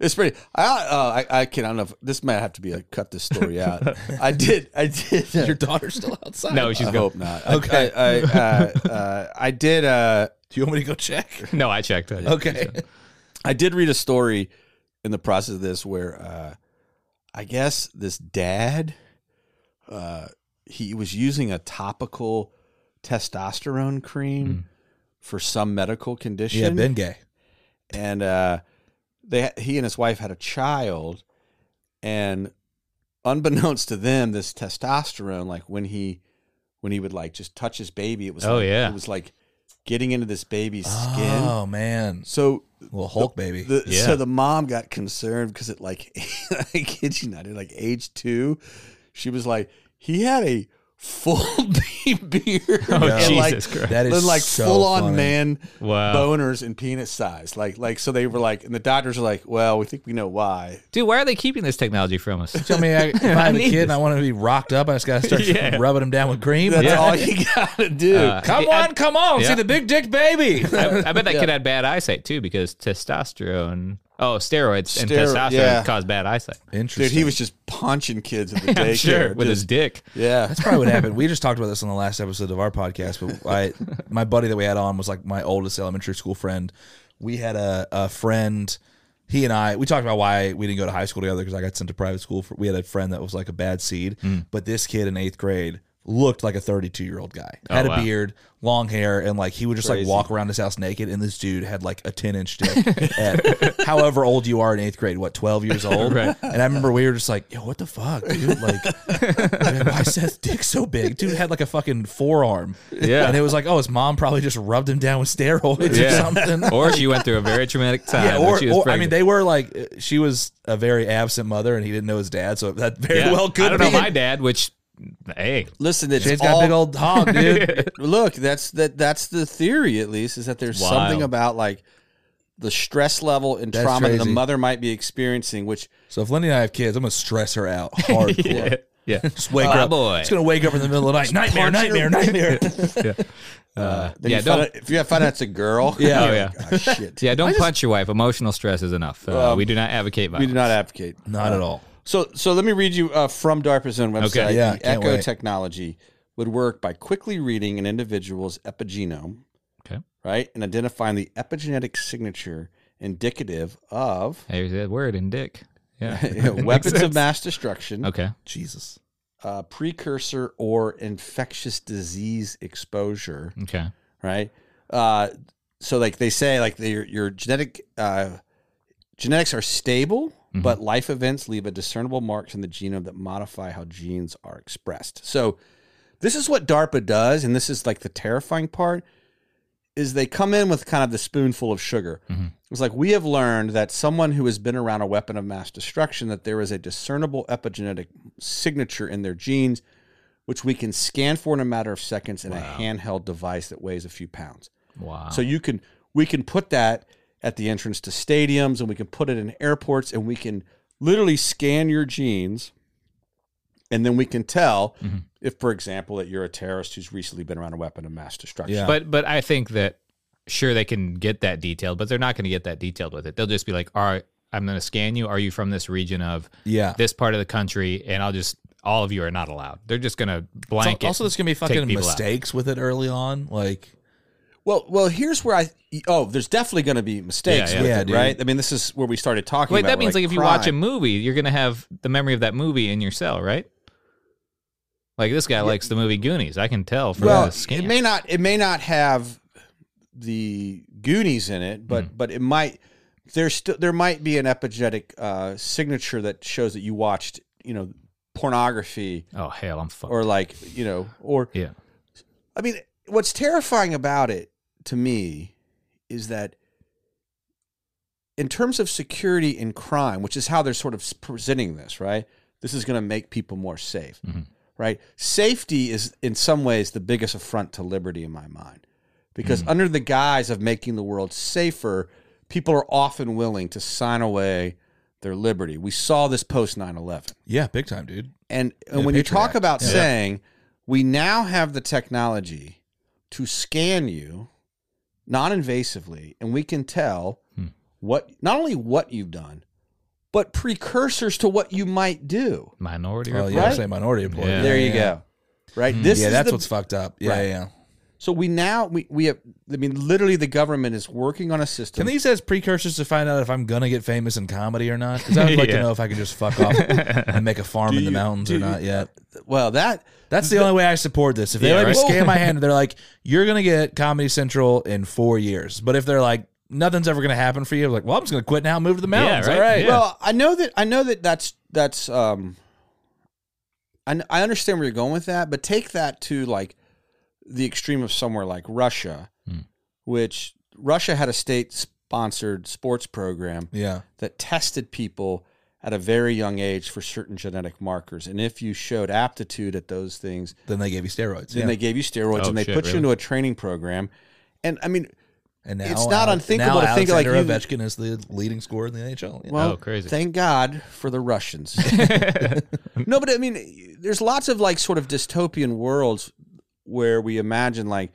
it's pretty. I, uh, I I can. I don't know. If, this might have to be like cut this story out. I did. I did.
Your daughter's still outside.
No, she's
I
good.
hope not. I-
Okay.
I I, uh, uh, I did. Uh,
Do you want me to go check?
No, I checked. it.
Okay.
I did read a story in the process of this where uh, I guess this dad uh, he was using a topical testosterone cream for some medical condition.
Hmm. Yeah, Ben Gay.
and uh, they he and his wife had a child, and unbeknownst to them, this testosterone, like when he when he would like just touch his baby, it was
Oh,
like,
yeah.
it was like getting into this baby's skin.
Oh man,
So
little Hulk baby.
the
Yeah.
so the mom got concerned because it like I kid you not, at like age two, she was like he had a full beard
Oh
and like
Jesus Christ!
that is
like
so
full on
funny.
man
Wow.
boners in penis size. Like like so they were like and the doctors are like, well, we think we know why.
Dude, why are they keeping this technology from us?
Tell me, I, if I have a
need
kid and I want to be rocked up, I just gotta start
Yeah.
rubbing him down with cream.
That's all you gotta do.
Uh,
Come
I-
on, come on,
yeah.
see the big dick baby.
I, I bet that kid had bad eyesight too because testosterone. Oh, steroids and
Stero-
testosterone
yeah.
cause bad eyesight.
Interesting.
Dude, he was just punching kids at the daycare.
Sure, with
Just-
his dick.
yeah.
That's probably what happened. We just talked about this on the last episode of our podcast, but I, my buddy that we had on was like my oldest elementary school friend. We had a, a friend, he and I, we talked about why we didn't go to high school together because I got sent to private school. For, we had a friend that was like a bad seed,
Hmm.
but this kid in eighth grade looked like a 32 year old guy. had a
Oh, wow.
beard, long hair, and like he would just like walk around his house naked. And this dude had like a 10 inch dick at however old you are in eighth grade, what, 12 years old?
Right.
And I remember we were just like, yo, what the fuck, dude? Like, Man, why is Seth's dick so big? Dude had like a fucking forearm.
Yeah.
And it was like, oh, his mom probably just rubbed him down with steroids
Yeah.
or something.
Or she went through a very traumatic time.
yeah,
when
or,
she was
or I mean,
pregnant.
they were like, uh, she was a very absent mother, and he didn't know his dad, so that very
Yeah.
well could
I don't
be.
know my dad, which hey,
Listen, it's
Shane's got
all,
a big old hog, dude.
look, that's that that's the theory at least, is that there's
Wild.
something about like the stress level and
That's
trauma that the
crazy.
mother might be experiencing, which
So if Lindy and I have kids, I'm gonna stress her out hardcore.
yeah. Yeah.
Just wake her
Ah,
up.
boy.
It's gonna wake up in the middle of the night. Nightmare,
punch her.
nightmare, nightmare.
Uh,
Then
yeah,
you find
don't
out- if you have fun, that's a girl.
Yeah.
Oh, yeah.
Ah, shit.
yeah, don't punch your wife. Emotional stress is enough. Uh, we do not advocate
We
violence.
do not advocate.
Not at all.
So, so let me read you uh, from DARPA's own website.
Okay.
Yeah,
the
can't
echo
wait.
technology would work by quickly reading an individual's epigenome,
Okay.
right, and identifying the epigenetic signature indicative of
Hey, that word in dick. Yeah.
you know,
Makes
weapons of
sense.
mass destruction,
Okay.
Jesus.
uh, precursor or infectious disease exposure,
Okay.
right? Uh, so, like they say, like the, your, your genetic uh, genetics are stable,
Mhm.
but life events leave a discernible marks in the genome that modify how genes are expressed. So, this is what DARPA does, and this is like the terrifying part: is they come in with kind of the spoonful of sugar.
Mhm.
It's like we have learned that someone who has been around a weapon of mass destruction that there is a discernible epigenetic signature in their genes, which we can scan for in a matter of seconds in
Wow.
a handheld device that weighs a few pounds.
Wow.
So you can we can put that at the entrance to stadiums and we can put it in airports and we can literally scan your genes and then we can tell
Mhm.
if for example that you're a terrorist who's recently been around a weapon of mass destruction.
Yeah.
But but I think that sure they can get that detailed, but they're not going to get that detailed with it. They'll just be like, "All right, I'm going to scan you. Are you from this region of
Yeah.
this part of the country?" And I'll just all of you are not allowed. They're just going to blanket.
also, there's gonna be
take
fucking
people out.
mistakes with it early on. Like,
Well, well, here's where I oh, there's definitely going to be mistakes,
Yeah,
with
yeah.
it,
Yeah, dude.
right? I mean, this is where we started talking.
Wait,
about
that means like, if you watch a
crime.
movie, you're going to have the memory of that movie in your cell, right? Like this guy likes the movie Goonies. I can tell from
well,
the scan.
it may not it may not have the Goonies in it, but but it might there's still there might be an epigenetic uh, signature that shows that you watched you know pornography
oh hell, I'm fucked.
or like you know or
yeah.
I mean what's terrifying about it to me is that in terms of security and crime, which is how they're sort of presenting this, right? This is going to make people more safe
Mhm.
right? Safety is, in some ways, the biggest affront to liberty in my mind. Because under the guise of making the world safer, people are often willing to sign away their liberty. We saw this post 9 11.
yeah, big time, dude.
And, and
Yeah,
when you
Patriot
talk
Act.
about
Yeah.
saying we now have the technology to scan you non invasively, and we can tell
Hmm.
what not only what you've done, but precursors to what you might do.
Minority
Oh,
Report.
yeah,
Right?
say minority report.
Yeah.
there you
yeah. Hmm.
go. Right? This
yeah,
is
that's
the,
what's fucked up. Yeah,
Right.
yeah, yeah.
So we now we we have I mean literally the government is working on a
Can
system.
these as precursors to find out if I'm gonna get famous in comedy or not? Because I would like
Yeah.
to know if I can just fuck off and make a farm
Do
in the
you-
mountains
do
or
you-
not yet.
well, that
That's the only way I support this. If they
Yeah,
let me
right.
scan my hand, they're like, "You're gonna get Comedy Central in four years." But if they're like, "Nothing's ever gonna happen for you," I'm like, "Well, I'm just gonna quit now, and move to the mountains."
right.
All right.
Yeah.
well, I know that I know that that's that's um I kn- I understand where you're going with that, but take that to like the extreme of somewhere like Russia,
Hmm.
which Russia had a state sponsored sports program
Yeah.
that tested people at a very young age for certain genetic markers. And if you showed aptitude at those things,
Then they gave you steroids.
Then
Yeah.
they gave you steroids
Oh,
and they
shit,
put you
really?
into a training program. And I mean,
and
it's not
Ale-
unthinkable
now
to think, like,
Alexander
you-
Ovechkin is the leading scorer in the NHL. Yeah.
well,
Oh, crazy.
thank God for the Russians. no, but I mean, there's lots of like sort of dystopian worlds where we imagine like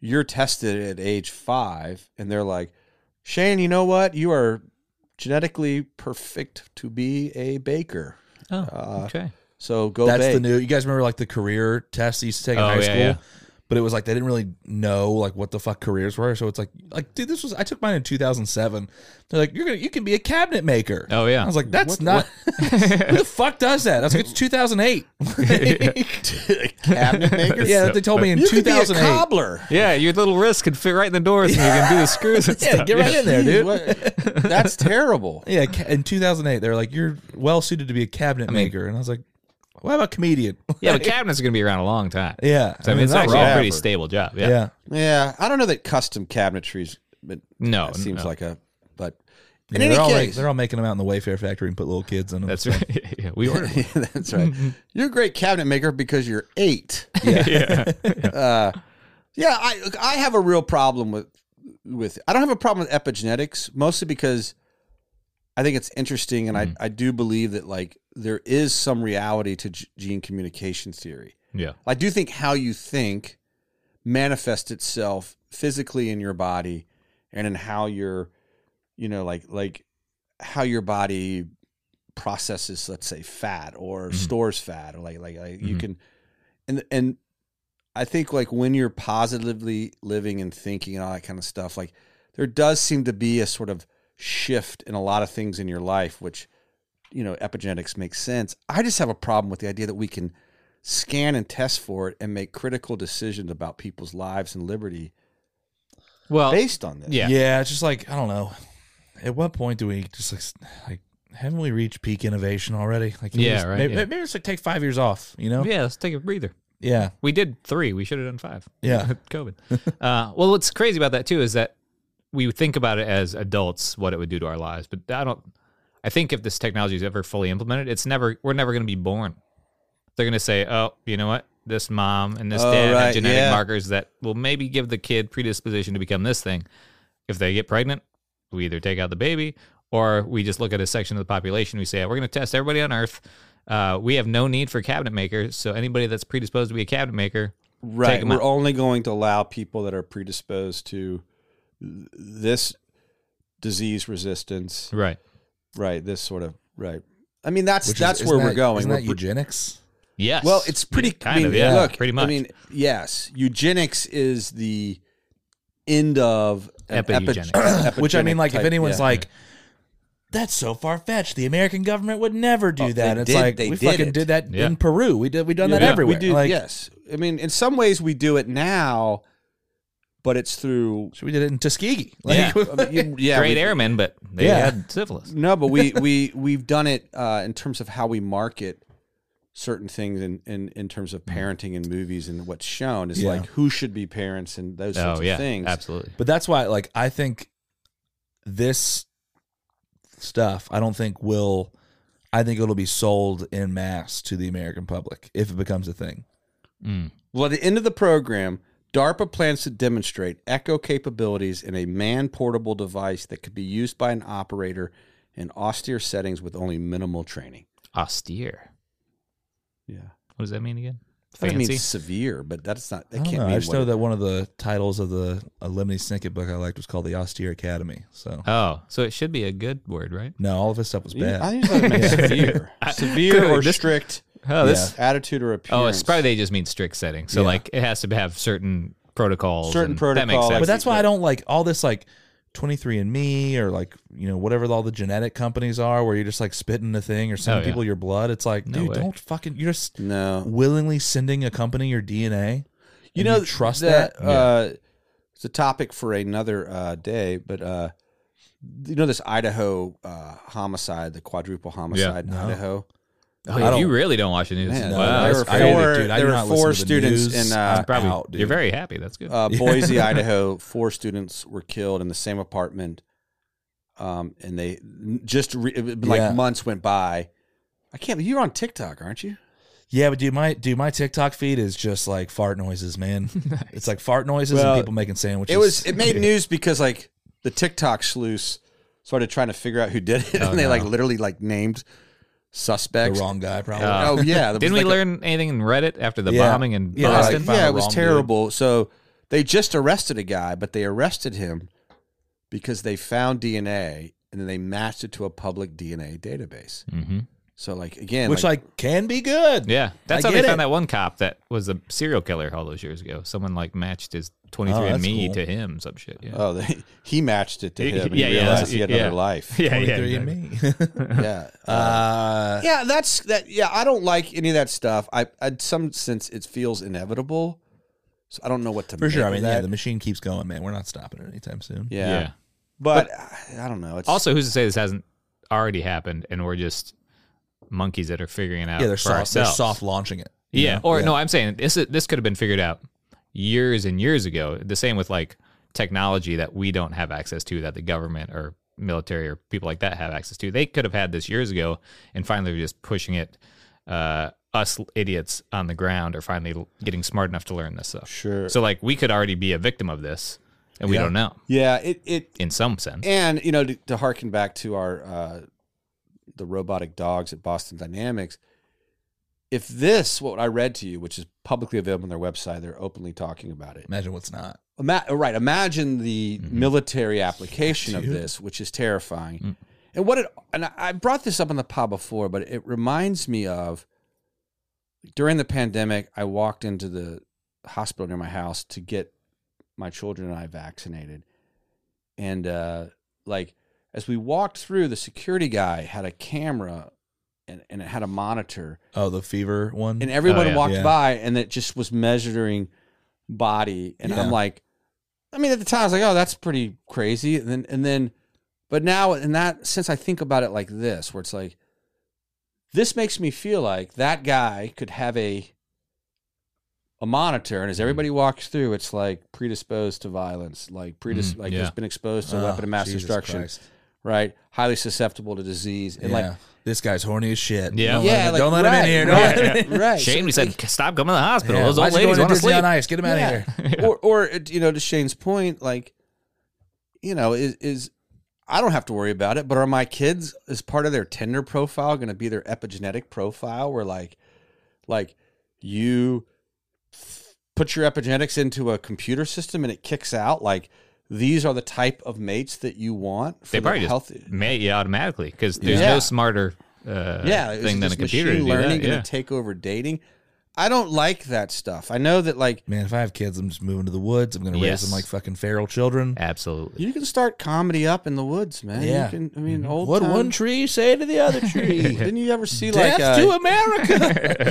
you're tested at age five and they're like, Shane, you know what? You are genetically perfect to be a baker.
Oh,
Uh,
okay.
So go
That's
bake.
the new. You guys remember like the career tests you used to take in
Oh,
high
yeah,
school,
yeah.
but it was like they didn't really know like what the fuck careers were. So it's like, like dude, this was I took mine in 2007. They're like, you're gonna you can be a cabinet maker.
Oh, yeah.
I was like, that's not who the fuck does that. I was like, it's 2008.
cabinet maker.
yeah, they told me in
You could be a
2008.
cobbler.
Yeah, your little wrist could fit right in the doors, and you can do the screws. And
yeah,
stuff.
get right in there, dude.
What- That's terrible.
Yeah, ca- in 2008, they were like, you're well suited to be a cabinet
mean-
maker, and I was like, what about comedian?
Yeah, but cabinets are going to be around a long time.
yeah,
So, I mean, it's
not
actually
wrong.
a pretty
Forever.
stable job. Yeah.
yeah.
Yeah, I don't know that custom cabinetry's. But
No,
it seems
no.
like a. But
Yeah,
in
they're,
any
Oh, all
case,
they're all making them out in the Wayfair factory and put little kids in them.
That's right. yeah, we ordered. one.
Yeah, that's right.
Mm-hmm.
You're a great cabinet maker because you're eight.
yeah.
Uh, yeah, I I have a real problem with with I don't have a problem with epigenetics mostly because I think it's interesting, and
Mm-hmm.
I, I do believe that like there is some reality to g- gene communication theory.
Yeah.
I do think how you think manifests itself physically in your body and in how your you know like like how your body processes let's say fat or
Mhm.
stores fat or like like, like you
Mhm.
can and and I think like when you're positively living and thinking and all that kind of stuff like there does seem to be a sort of shift in a lot of things in your life which you know epigenetics makes sense i just have a problem with the idea that we can scan and test for it and make critical decisions about people's lives and liberty
Well,
based on this
Yeah.
Yeah. it's just like I don't know. At what point do we just like s- like haven't we reached peak innovation already? Like can we
Yeah,
just-
right,
Maybe,
yeah.
maybe it's like take five years off. You know?
yeah, let's take a breather.
Yeah.
We did three. We should have done five.
Yeah.
COVID. uh, well, what's crazy about that too is that we would think about it as adults, what it would do to our lives, but I don't. I think if this technology is ever fully implemented, it's never. We're never going to be born. They're going to say, "Oh, you know what? This mom and this
Oh,
dad
right,
have genetic
yeah.
markers that will maybe give the kid predisposition to become this thing." If they get pregnant, we either take out the baby or we just look at a section of the population. We say, "We're going to test everybody on Earth." Uh, we have no need for cabinet makers, so anybody that's predisposed to be a cabinet maker, Take
right
'em
we're
out.
only going to allow people that are predisposed to th- this disease resistance
right?
right this sort of right i mean that's
Which is-
that's
isn't
where
that-
we're going
Isn't
we're
that
pre-
eugenics?
Yes.
Well, it's pretty
kind
I mean,
of. Yeah,
Look,
pretty much.
I mean, yes, eugenics is the end of an
Epi-eugenics.
epi-
Which I mean,
epigenic
like, if
type-
anyone's
yeah.
like, that's so far fetched. The American government would never do
Oh,
that.
they
It's
did-
like
they
we
did
fucking
it.
did that
Yeah.
in Peru. We did. We done that
Yeah.
everywhere.
we do.
Like,
yes, I mean, in some ways we do it now, but it's through
So we did it in Tuskegee.
Yeah.
I mean, you- yeah,
Great
we-
airmen, but they
Yeah.
had syphilis.
No, but we we we've done it uh, in terms of how we market certain things in, in in terms of
Mm-hmm.
parenting and movies and what's shown is
Yeah.
like who should be parents and those sorts
Oh yeah,
of things.
absolutely.
But that's why, like, I think this stuff, I don't think will, I think it'll be sold in mass to the American public if it becomes a thing. Hmm.
Mm.
Well, at the end of the program, DARPA plans to demonstrate echo capabilities in a man portable device that could be used by an operator in austere settings with only minimal training.
Austere.
Yeah.
What does that mean again?
I mean
Fancy.
severe, but that's not that
I don't
can't
know.
mean
I just
what
know
it-
that one of the titles of the uh, Lemony Snicket book I liked was called The Austere Academy. So,
Oh, so it should be a good word, right?
no, all of his stuff was
You-
bad.
I just thought it meant severe. Severe
Clearly,
or
this-
strict
Oh, this.
attitude or appearance.
Oh, it's probably they just mean strict settings. So
Yeah.
like it has to have certain protocols.
Certain
and That makes
protocol,
sense.
like-
but that's why I don't like all this, like, 23andMe or like you know whatever all the genetic companies are where you're just like spitting a thing or sending
Oh, yeah.
people your blood it's like
No
dude
way.
don't fucking you're just
no.
willingly sending a company your DNA?
you
And
know
trust
that,
that?
Uh, it's a topic for another uh, day but uh, you know this idaho uh, homicide the quadruple homicide in
No.
idaho
Oh,
I
yeah, you
don't-
really don't watch the news.
Man,
wow,
there
that's
were
crazy.
four-
hate it, dude. I do
there were
not listen to
four
the
students
news.
in, uh,
I'm
probably
out, dude.
you're very happy. That's good.
uh,
Yeah.
boise idaho four students were killed in the same apartment um, and they just re- it- it- like
Yeah.
months went by i can't you're on tiktok aren't you
yeah, but dude, my dude, my TikTok feed is just like fart noises, man. It's like fart noises
Well,
and people making sandwiches.
it was it made news because like the tiktok sleuths started trying to figure out who did it
Oh,
and they
no.
like literally like named
the
suspects
wrong guy, probably.
Uh,
oh yeah there was,
Didn't we
like, a-
learn anything in Reddit after the
Yeah.
bombing in
Yeah,
Boston?
like- found
yeah,
the
it was
wrong dude.
terrible. So they just arrested a guy, but they arrested him because they found DNA and then they matched it to a public DNA database.
mm-hmm.
So like again,
which like, can be good.
Yeah, that's
I
how they
get
found
it.
that one cop that was a serial killer all those years ago. Someone like matched his
Oh,
23andMe
that's
Me
cool.
to him, some shit. Yeah,
oh, they, he matched it to
Yeah,
him. And
yeah,
he realized
that's-
he had another
yeah.
life.
yeah, yeah.
23andMe.
Yeah. Uh,
uh,
yeah, that's that. Yeah, I don't like any of that stuff. I, I in some sense, it feels inevitable. So I don't know what to
for
make
sure. I
of
mean,
that.
yeah, the machine keeps going, man. We're not stopping it anytime soon.
yeah.
yeah.
But, I I don't know. It's
Also, who's to say this hasn't already happened and we're just monkeys that are figuring it out?
Yeah, they're
for
soft. They're
ourselves?
soft launching it. you
Yeah.
know?
Or no, I'm saying this is, this could have been figured out years and years ago. The same with like technology that we don't have access to that the government or military or people like that have access to. They could have had this years ago and finally were just pushing it uh us idiots on the ground are finally l- getting smart enough to learn this stuff.
sure.
So like we could already be a victim of this and we
Yeah.
don't know
Yeah, it it
in some sense.
and you know to, to harken back to our uh, the robotic dogs at Boston Dynamics. If this, what I read to you, which is publicly available on their website, they're openly talking about it.
Imagine what's not.
Ima- right. Imagine the
Mhm.
military application of
Dude.
this, which is terrifying.
Mm.
And what it, and I- I brought this up on the pod before, but it reminds me of during the pandemic, I walked into the hospital near my house to get my children and I vaccinated. And uh, like as we walked through, the security guy had a camera and, and it had a monitor
Oh, the fever one.
and everyone
Oh, yeah.
walked
Yeah.
by and it just was measuring body and i'm
Yeah.
like i mean at the time i was like oh that's pretty crazy and then and then but now in that since i think about it like this where it's like this makes me feel like that guy could have a a monitor
Mm-hmm.
and as everybody walks through it's like predisposed to violence like predis
Mm,
like
yeah.
has been exposed to a
Oh,
weapon of mass
Jesus
destruction
Christ.
right highly susceptible to disease and like
Yeah. this guy's horny as shit.
Yeah.
Don't
Yeah,
let him,
like,
don't let him
right,
in
right,
here. Don't let him in.
right
Shane,
So
we
it's
said
like-
stop coming to the hospital. Those
Why'd
old
you go
ladies
to
want to
Disney
sleep.
on ice. Get him out of here.
or, or uh, you know, to Shane's point, like, you know, is is I don't have to worry about it, but are my kids as part of their Tinder profile going to be their epigenetic profile, where like, like you put your epigenetics into a computer system and it kicks out like these are the type of mates that you want for
They
the
probably just
healthy.
May, yeah, automatically because there's
Yeah.
no smarter uh,
yeah, is
thing than
this
a computer. to
machine
do that,
learning going
yeah.
to take over dating? I don't like that stuff. I know that like
Man, if I have kids, I'm just moving to the woods. I'm gonna raise
Yes.
them like fucking feral children.
Absolutely.
You can start comedy up in the woods, man.
Yeah. Mm-hmm.
You can, I mean, old
What
time-
one tree say to the other tree?
Didn't you ever see
Death
like uh,
to America.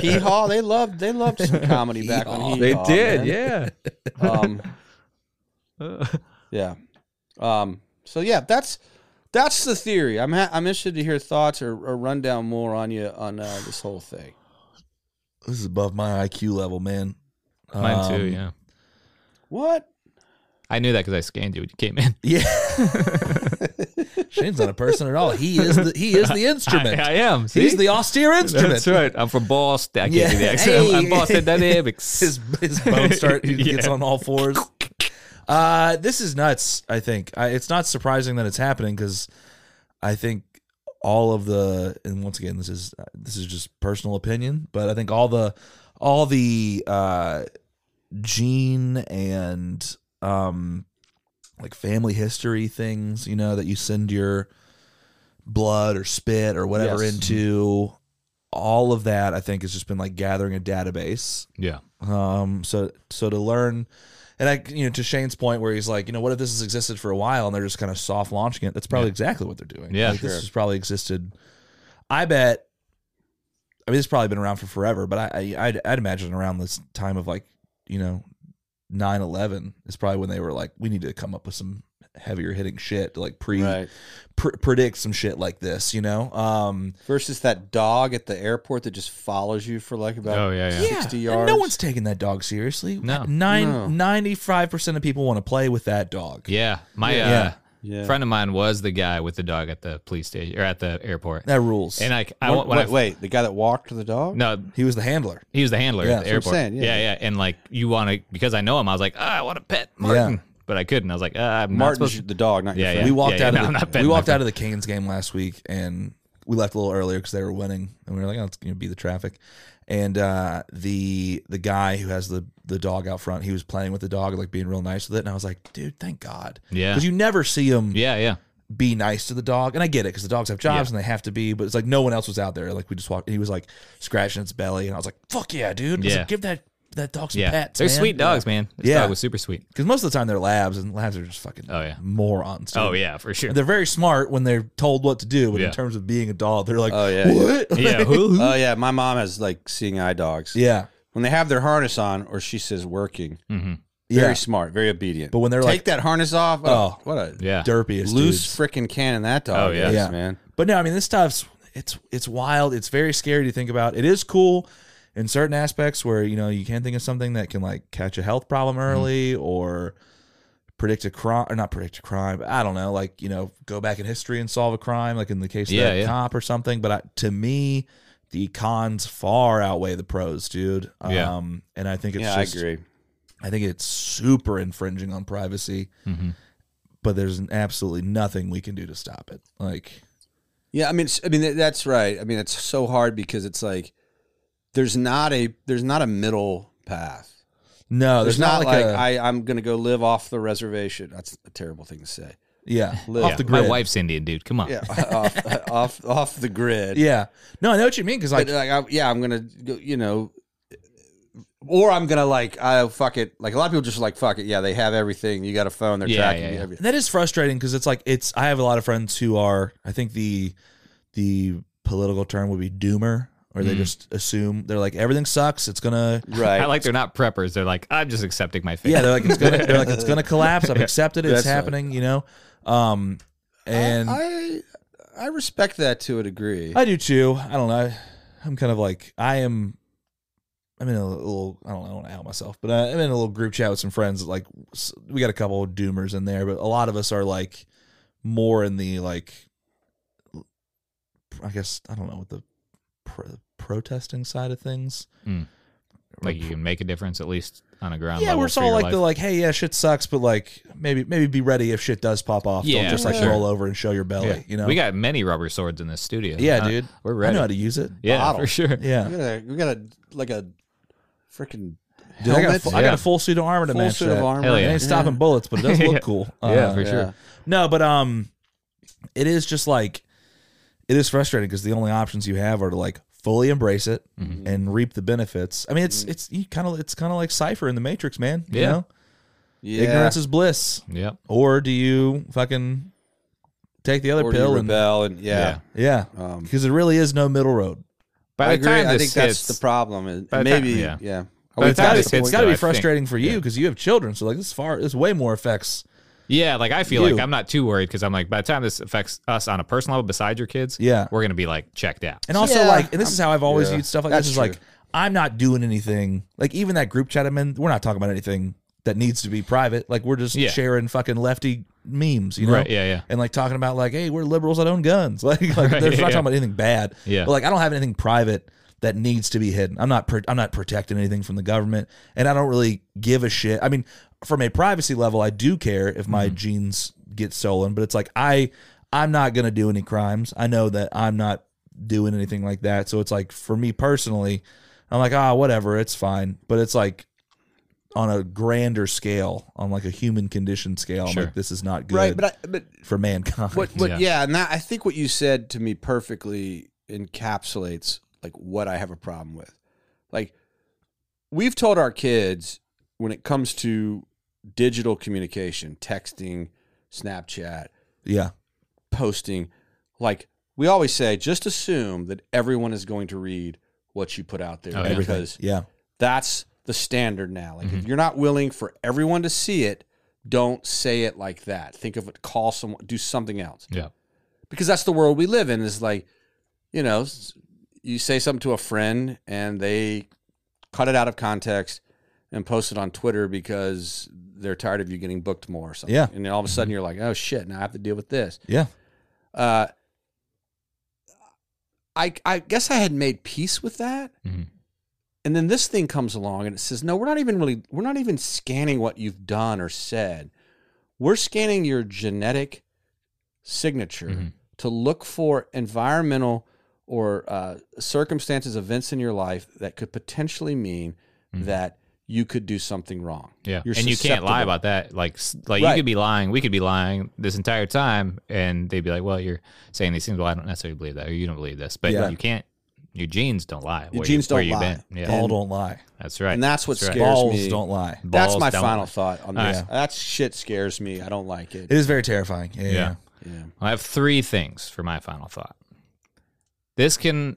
Hee Haw? They loved they loved some comedy back
Hee-haw.
on Hee
They
Haw.
did,
man.
yeah.
Um, yeah. Um, so yeah, that's that's the theory. I'm ha- I'm interested to hear thoughts or, or rundown more on you on uh, this whole thing.
this is above my IQ level, man.
Mine too,
Um,
yeah.
What?
I knew that because I scanned you when you came in.
Yeah. Shane's not a person at all. He is the he is the instrument.
I, I am. See?
He's the austere instrument.
That's right. I'm from Boston. I can't
Yeah.
do the accent. I'm
Hey.
Boston Dynamics.
his his bones start he
Yeah.
gets on all fours. Uh, this is nuts. I think I, it's not surprising that it's happening because I think all of the and once again this is this is just personal opinion, but I think all the all the uh, gene and um, like family history things, you know, that you send your blood or spit or whatever
Yes.
into. All of that, I think, has just been like gathering a database
yeah.
um so so to learn and i you know to shane's point where he's like you know what if this has existed for a while and they're just kind of soft launching it that's probably
Yeah.
exactly what they're doing
Yeah.
like, this
Sure.
has probably existed i bet i mean it's probably been around for forever but i, I I'd, I'd imagine around this time of like you know 9-11 is probably when they were like we need to come up with some heavier hitting shit to like pre,
Right.
pre- predict some shit like this you know um
Versus that dog at the airport that just follows you for like about
Oh, yeah, yeah.
60
and
yards.
No one's taking that dog seriously.
No.
No.
Nine, 95% of people want to play with that dog.
Yeah. My
Yeah.
Uh,
yeah.
friend of mine was the guy with the dog at the police station or at the airport.
That rules.
And I, I
wait,
when I-
wait, wait, the guy that walked the dog?
No,
he was the handler.
He was the handler
Yeah,
at the
that's
airport.
what I'm saying,
yeah.
yeah.
yeah, And like you want to because I know him, I was like, ah, I want to pet Martin,
Yeah.
but I couldn't. I was like, ah, I'm not
Martin,
supposed to.
the dog, not your
Yeah,
friend.
We walked
yeah,
out
no, I'm
of
not
the,
betting
we walked
nothing.
out of the Canes game last week and we left a little earlier because they were winning and we were like, oh, it's gonna be the traffic. And uh, the the guy who has the the dog out front, he was playing with the dog, like being real nice with it, and I was like, dude, thank God.
Yeah.
Because you never see him
Yeah, yeah,
be nice to the dog. And I get it because the dogs have jobs and they have to be, but it's like no one else was out there. Like we just walked, he was like scratching its belly, and I was like, fuck yeah, dude. I was
Yeah.
like, give that that dog some
yeah.
pets.
They're
man.
sweet dogs, man. This
Yeah.
dog was super sweet.
Because most of the time they're labs, and labs are just fucking
Oh, yeah.
morons. dude.
Oh yeah, for sure.
They're very smart when they're told what to do, but
Yeah.
in terms of being a dog, they're like,
Oh, yeah, yeah.
what?
yeah, who-
Oh yeah, my mom has like seeing eye dogs.
yeah.
When they have their harness on, or she says working,
Mhm.
very
Yeah.
smart, very obedient.
But when they're
take
like-
that harness off, oh,
Oh.
what a
yeah,
Derpiest
loose
dudes.
freaking cannon that dog
Oh, yeah.
is,
Yeah.
man.
But no, I mean this stuff's it's it's wild. It's very scary to think about. It is cool in certain aspects where you know you can think of something that can like catch a health problem early or predict a crime or not predict a crime. But I don't know, like you know, go back in history and solve a crime, like in the case of
Yeah,
that
yeah.
cop or something. But I, to me, the cons far outweigh the pros, dude. Um
Yeah.
And I think it's
yeah,
just
I agree.
I think it's super infringing on privacy,
Mhm.
but there's absolutely nothing we can do to stop it. Like,
Yeah, I mean, s- I mean that- that's right. I mean, it's so hard because it's like there's not a there's not a middle path.
no,
Oh, There's,
there's,
not, like,
a-
i I I'm gonna go live off the reservation. That's a terrible thing to say.
yeah,
Live.
off
Yeah,
the grid.
my wife's Indian, dude. Come on.
Yeah, off, off off the grid.
Yeah, no, I know what you mean because
like,
like,
but, like I, yeah, I'm gonna go, you know, or I'm gonna like I fuck it. Like a lot of people just like fuck it. Yeah, they have everything. You got a phone. They're
Yeah,
tracking
yeah,
you.
yeah.
everything.
that is frustrating because it's like it's. I have a lot of friends who are. I think the the political term would be doomer, or they
Mm.
just assume they're like everything sucks. It's gonna
Right.
I like they're not preppers. They're like, I'm just accepting my fate.
Yeah, they're like it's gonna they're like it's gonna collapse. I've accepted it. It's
That's right.
happening. You know, um, and I,
I, I I respect that to a degree.
do too. I don't know. I'm kind of like I am. I'm in a little. I don't know. I don't want to out myself, but I, I'm in a little group chat with some friends. Like s- we got a couple of doomers in there, but a lot of us are like more in the like. I guess I don't know what the pro- protesting side of things.
Mm. like you can make a difference at least on a ground
yeah,
level.
we're
for
sort of
your
like
life.
the like, hey, yeah, shit sucks, but like maybe maybe be ready if shit does pop off.
Yeah,
Don't just
for
like
sure.
roll over and show your belly. You know,
we got many rubber swords in this studio.
yeah,
Uh,
dude,
We're
I
ready.
know how to use it.
yeah,
bottle.
for sure.
We
Yeah,
got a, we got a like a freaking
dude, I got a
helmet.
full, I got
Yeah.
a full suit of armor to
full
match
suit
that.
of armor.
Hell
It
yeah.
ain't stopping bullets, but it does look
Yeah.
cool. Uh,
Yeah, for
Yeah.
sure.
No, but um, it is just like it is frustrating because the only options you have are to like fully embrace it
Mhm.
and reap the benefits. I mean,
Mm.
it's it's you kind of it's kind of like Cipher in the Matrix, man. You
Yeah.
know?
Yeah.
ignorance is bliss.
Yep.
or do you fucking take the other
Or do you
pill and
rebel and yeah.
yeah
Um,
because it really is no middle road
By
I
the
agree.
time
I
this
think that's
hits,
the problem. And
by the time-
maybe
yeah.
yeah.
By the
it's
time
gotta,
this
be-
hits,
it's gotta
though, I
be
think-
frustrating for you because you have children so like this far this way more affects
Yeah, like I feel
You.
like I'm not too worried because I'm like, by the time this affects us on a personal level, besides your kids,
Yeah.
we're gonna be like checked out.
and also
Yeah.
like and this is how i've always
Yeah.
viewed stuff like
That's
this is
true.
like i'm not doing anything like even that group chat i'm in we're not talking about anything that needs to be private like we're just
Yeah.
sharing fucking lefty memes you know
Right? Yeah, yeah.
and like talking about like, hey, we're liberals that own guns. Like, like
Right,
they're not
yeah.
talking about anything bad.
Yeah.
But like, I don't have anything private that needs to be hidden. I'm not. Pro- I'm not protecting anything from the government, and I don't really give a shit. I mean, from a privacy level, I do care if my
Mm-hmm.
jeans get stolen, but it's like I, I'm not gonna do any crimes. I know that I'm not doing anything like that. So it's like for me personally, I'm like, ah, whatever, it's fine. But it's like. On a grander scale, on like a human condition scale, I'm
Sure.
like this is not good
Right. But I, but
for mankind.
what what
Yeah.
yeah. and that, I think what you said to me perfectly encapsulates like what I have a problem with. Like we've told our kids when it comes to digital communication, texting, Snapchat,
Yeah.
posting like we always say just assume that everyone is going to read what you put out there
Oh, yeah. Mm-hmm.
because
Yeah.
that's the standard now like if you're not willing for everyone to see it don't say it like that think of it call someone do something else
Yeah.
because that's the world we live in is like you know s- you say something to a friend and they cut it out of context and post it on twitter because they're tired of you getting booked more or something
Yeah. Mm-hmm.
and then all of a sudden you're like oh shit now i have to deal with this
Yeah.
uh, I I guess I had made peace with that,
Mm-hmm.
Mhm.
and then this thing comes along and it says, "No, we're not even really we're not even scanning what you've done or said. We're scanning your genetic signature
Mm-hmm.
Mhm.
to look for environmental or uh, circumstances, events in your life that could potentially mean
Mm-hmm.
that you could do something wrong.
Yeah,
You're
and you can't lie
susceptible.
about that. Like, s- like you
Right.
could be lying, we could be lying this entire time, and they'd be like, "Well, you're saying these things. Well, I don't necessarily believe that, or you don't believe this, but
Yeah.
you can't. Your genes don't lie.
Your
where
genes
you, where
don't
you've
lie.
Been. Yeah,
Ball don't lie.
that's right.
And that's what scares
Balls
me.
don't lie.
That's
Balls
my
don't
final
lie.
thought on
All
this.
right.
That shit scares me. I don't like
It is very terrifying. Yeah.
Yeah.
yeah.
I have three things for my final thought. This can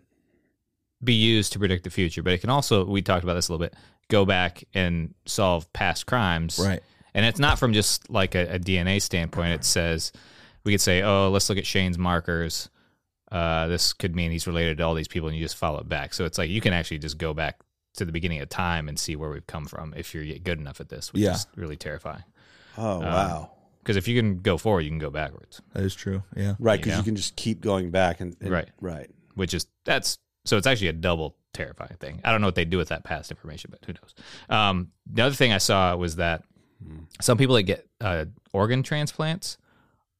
be used to predict the future, but it can also, we talked about this a little bit, go back and solve past crimes.
Right.
And it's not from just like a, a DNA standpoint. It says, we could say, oh, let's look at Shane's markers. Uh, this could mean he's related to all these people, and you just follow it back. So it's like you can actually just go back to the beginning of time and see where we've come from if you're good enough at this, which
Yeah.
is really terrifying. Uh,
Oh wow!
Because if you can go forward, you can go backwards.
That is true. Yeah.
Right, because
know?
you can just keep going back and, and-
Right.
right.
which is that's so it's actually a double terrifying thing. I don't know what they do with that past information, but who knows? Um, the other thing I saw was that
Hmm.
some people that get uh, organ transplants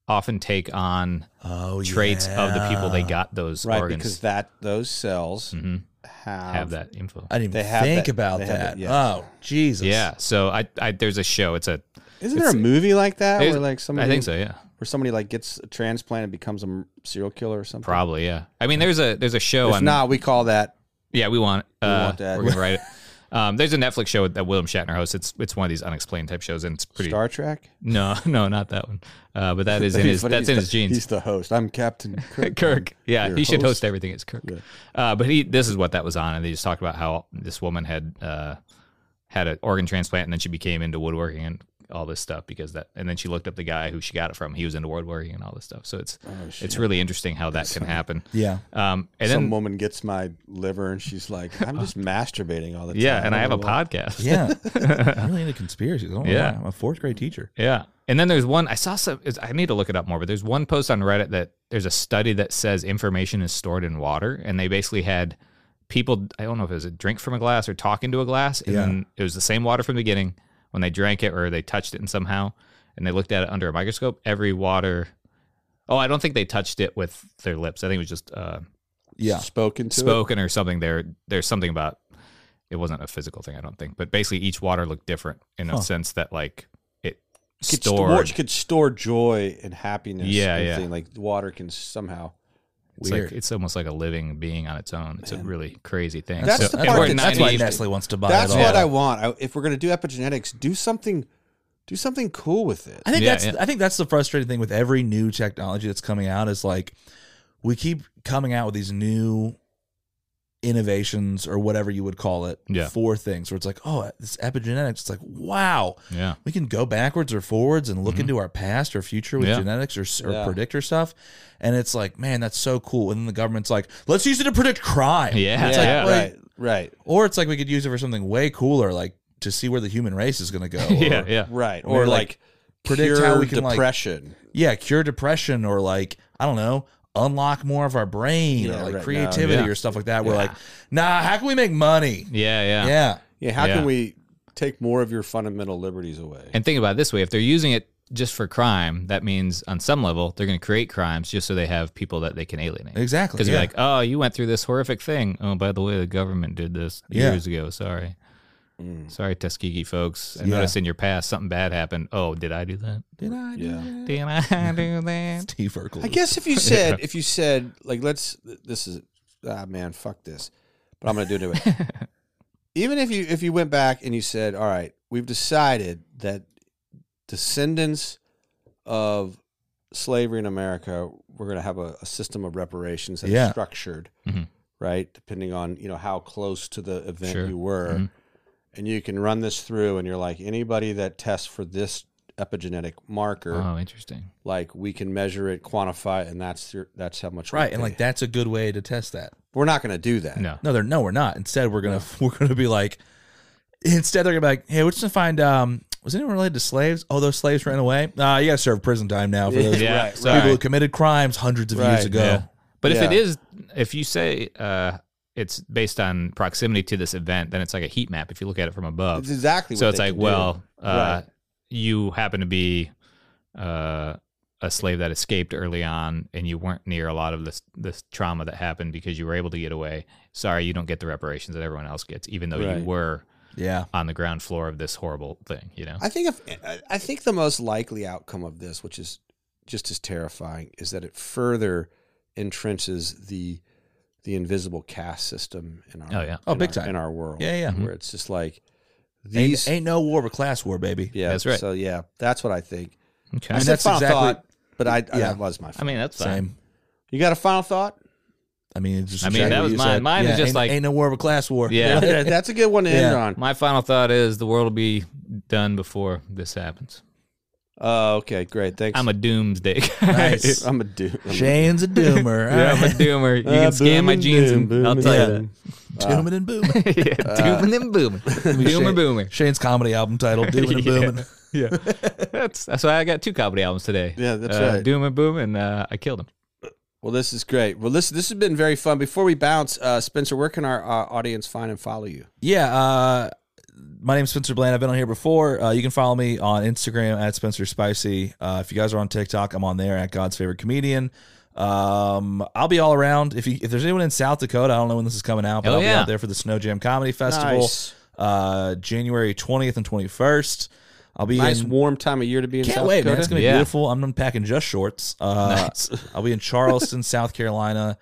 often take on
Oh,
traits of the people they got those
right
organs
because that those cells
Mhm.
have,
have that info.
I didn't
They
even
have
think
that-
about
they have
that.
it, yes.
Oh, Jesus.
Yeah, so I, I there's a show. It's a
Isn't there a movie like that
there's-
where like somebody
I think so. Yeah,
where somebody like gets a transplant and becomes a m- serial killer or something?
probably. Yeah. I mean, there's a there's a show.
If
on,
not, we call that
Yeah, we want. uh,
want that.
We're gonna write it. Um, there's a Netflix show that William Shatner hosts. It's it's one of these unexplained type shows, and it's pretty.
Star Trek.
No, no, not that one. Uh, but that is in
He's
his
funny,
that's
he's
in
the-
his genes.
He's the host. I'm Captain Kirk.
Kirk. Yeah,
your
he should
host.
host everything as Kirk. Uh, but he this is what that was on, and they just talked about how this woman had uh, had an organ transplant, and then she became into woodworking and all this stuff because that. And then she looked up the guy who she got it from. He was into woodworking and all this stuff. So it's
Oh,
it's really interesting how that can happen.
Yeah.
Um, and
Some
then
woman gets my liver and she's like, I'm just masturbating all the time.
yeah, and I have a
don't know why."
podcast.
Yeah. I'm really into conspiracies. I don't know
Yeah.
why. I'm a fourth grade teacher.
Yeah. And then there's one I saw some is- I need to look it up more, but there's one post on Reddit that there's a study that says information is stored in water and they basically had people I don't know if it was a drink from a glass or talk into a glass and
Yeah.
then it was the same water from the beginning when they drank it or they touched it and somehow and they looked at it under a microscope every water Oh, I don't think they touched it with their lips. I think it was just uh,
Yeah.
Spoken to it?
spoken or something there there's something about it wasn't a physical thing i don't think but basically each water looked different in
Huh.
a sense that like it
Could
stored
Store, could store joy and happiness.
Yeah,
and
yeah.
Thing. Like water can somehow.
it's
Weird.
like it's almost like a living being on its own it's a really crazy thing
That's the
and
part
we're
that-
that's
90
why Nestle wants to buy
That's
it all.
what I want. I, if we're gonna do epigenetics, do something, do something cool with it.
I think
Yeah,
that's
yeah.
I think that's the frustrating thing with every new technology that's coming out is like we keep coming out with these new innovations or whatever you would call it
Yeah.
for things where it's like, oh, this epigenetics. It's like, wow,
yeah
we can go backwards or forwards and look into our past or future with
Mm-hmm. Yeah.
genetics or, s- or
Yeah.
predictor stuff. And it's like, man, that's so cool. And then the government's like, let's use it to predict crime.
Yeah.
It's
Yeah.
like,
Yeah.
wait,
right, right,
Or it's like we could use it for something way cooler, like to see where the human race is going to go. or-
yeah yeah
right.
Or,
Or
like,
like,
predict
cure
how we can, like-
depression.
yeah, cure depression or like I don't know, unlock more of our brain
Yeah,
or like
right now,
creativity
yeah.
or stuff like that. We're like, nah, how can we make money?
yeah yeah
Yeah,
yeah. How
Yeah.
can we take more of your fundamental liberties away?
and think about it this way if they're using it just for crime that means on some level they're going to create crimes just so they have people that they can alienate
exactly.
because
yeah.
they're like oh you went through this horrific thing oh by the way the government did this
Yeah.
years ago sorry
Mm.
Sorry, Tuskegee folks. I
Yeah.
noticed in your past something bad happened. Oh, did I do that?
did I do
Yeah.
that?
Did I do that?
Steve Urkel.
I guess if you said if you said like let's this is ah man fuck this, but I'm gonna do it anyway. Even if you if you went back and you said all right we've decided that descendants of slavery in America we're gonna have a, a system of reparations that's
Yeah.
structured
Mhm.
right depending on you know how close to the event
Sure.
you were.
Mhm.
And you can run this through, and you're like anybody that tests for this epigenetic marker,
Oh, interesting.
like we can measure it, quantify, it, and that's your, that's how much. we
right, and
pay.
like that's a good way to test that.
we're not going to do that.
No.
No, they're no, we're not. Instead, we're gonna we're gonna be like, instead they're gonna be like, hey, we're just gonna find um. Was anyone related to slaves? Oh, those slaves ran away. Uh, you got to serve prison time now for those
Yeah,
Right,
sorry.
people who committed crimes hundreds of
Right,
years ago.
Yeah. But if it
Yeah.
is, if you say uh, it's based on proximity to this event, then it's like a heat map if you look at it from above.
It's exactly.
So
what
it's
they
like,
can
well, uh,
Right.
you happen to be uh, a slave that escaped early on, and you weren't near a lot of this this trauma that happened because you were able to get away. Sorry, you don't get the reparations that everyone else gets, even though
Right.
you were
yeah.
on the ground floor of this horrible thing. You know,
do. I think if I- I think the most likely outcome of this, which is just as terrifying, is that it further entrenches the the invisible caste system in our
Oh, yeah.
Oh,
in
big
our-
time.
in our world
Yeah, Mm-hmm. yeah.
where it's just like
Ain't,
Mm-hmm. these
ain't no war but class war, baby.
yeah
That's right.
so yeah that's what I think
okay.
I
mean,
said
that's
final
exactly-
thought but I, I
Yeah.
that was my
I mean, that's fine.
Same.
you got a final thought
I mean, it's just
I mean,
exactly
that
what
was
you
mine.
said.
Mine is
Yeah,
just
ain't-
like-
ain't no war but class war.
Yeah.
that's a good one to end
Yeah.
on
My final thought is the world will be done before this happens.
oh okay great thanks
I'm a doomsday. guy.
Nice.
I'm a dude. I'm a-
Shane's a doomer.
yeah, I'm a doomer. You can scan my jeans and I'll tell you
Ah, Dooming Ah. and booming.
that. yeah, dooming and booming. Doomer
Shane-
boomer.
Shane's comedy album title, Dooming and
Yeah.
Booming.
Yeah. that's that's why I got two comedy albums today.
Yeah, that's
uh,
right.
Doom and Boom and uh, I killed him.
Well, this is great. Well, this this has been very fun. Before we bounce, uh, Spencer, where can our, our audience find and follow you?
Yeah. Uh, my name's Spencer Bland. I've been on here before. Uh, you can follow me on Instagram at Spencer Spicy. Uh, if you guys are on TikTok, I'm on there at God's Favorite Comedian. Um, I'll be all around. If you if there's anyone in South Dakota, I don't know when this is coming out, but
Oh,
I'll be
yeah.
out there for the Snow Jam Comedy Festival,
Nice.
uh, January 20th and 21st. I'll be
Nice
in
warm time of year to be in
Can't
South
wait, man.
Dakota.
It's going to be
Yeah.
beautiful. I'm unpacking just shorts. Uh, I'll be in Charleston, South Carolina,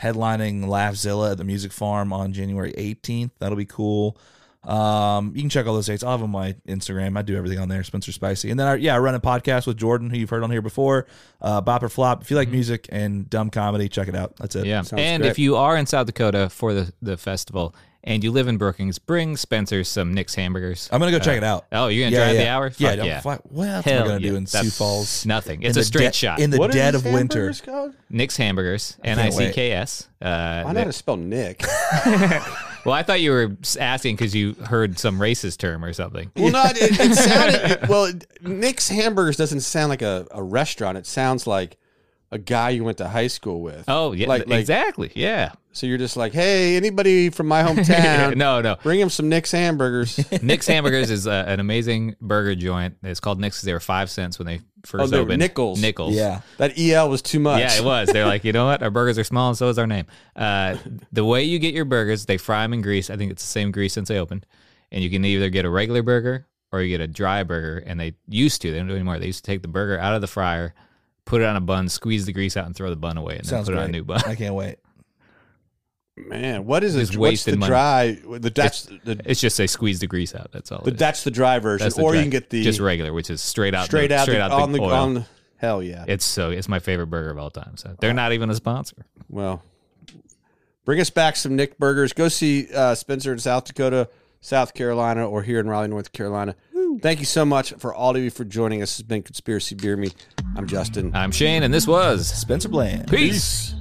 headlining Laughzilla at the Music Farm on January 18th. That'll be cool. Um, you can check all those dates. I'll have them on my Instagram. I do everything on there, Spencer Spicy. And then, I, yeah, I run a podcast with Jordan, who you've heard on here before, uh, Bop or Flop. If you like music and dumb comedy, check it out. That's it.
Mm-hmm. Yeah.
Sounds
and
great.
if you are in South Dakota for the, the festival and you live in Brookings, bring Spencer some Nick's hamburgers.
I'm going to go check it out.
oh, you're gonna
Yeah,
drive the
yeah.
hour?
Yeah,
Fuck
don't-
yeah.
fuck- what else am I
Hell
going to
yeah.
do in
That's
Sioux Falls?
nothing.
In
It's a
the
straight
de-
shot.
In the
What are
dead
these
of winter.
hamburgers called?
Nick's hamburgers, N I
can't wait.
C K S. Uh,
Why
they-
not to spell Nick?
Well, I thought you were asking because you heard some racist term or something.
Well, not it, it sounded it- well. It, Nick's Hamburgers doesn't sound like a, a restaurant. It sounds like a guy you went to high school with.
Oh, yeah,
like, like
exactly. Yeah.
so you're just like, hey, anybody from my hometown?
no, no.
bring him some Nick's hamburgers.
Nick's Hamburgers is uh, an amazing burger joint. It's called Nick's. 'cause They were five cents when they first
Oh, they were
opened.
nickels.
Nickels.
Yeah.
that el was too much.
Yeah, it was. They're like, you know what? Our burgers are small, and so is our name. Uh, the way you get your burgers, they fry them in grease. I think it's the same grease since they opened. And you can either get a regular burger or you get a dry burger. And they used to, they don't do it anymore. They used to take the burger out of the fryer, put it on a bun, squeeze the grease out, and throw the bun away, and then
Sounds
put it on a
great.
new bun.
I can't wait.
man. What is
Just
it? What's
wasted
the
money.
dry? The that's the,
It's just they squeeze the grease out. That's all.
the
it is.
that's the dry version,
That's the
or
dry-
you can get the
just regular, which is straight out,
straight
the,
out
straight
the,
out
on the,
oil.
on. Hell yeah.
It's so it's my favorite burger of all time. So they're not even a sponsor.
Well, bring us back some Nick burgers. Go see uh, Spencer in South Dakota, South Carolina, or here in Raleigh, North Carolina. Thank you so much for all of you for joining us. This has been Conspiracy Beer Me. I'm Justin.
I'm Shane, and this was
Spencer Bland.
Peace.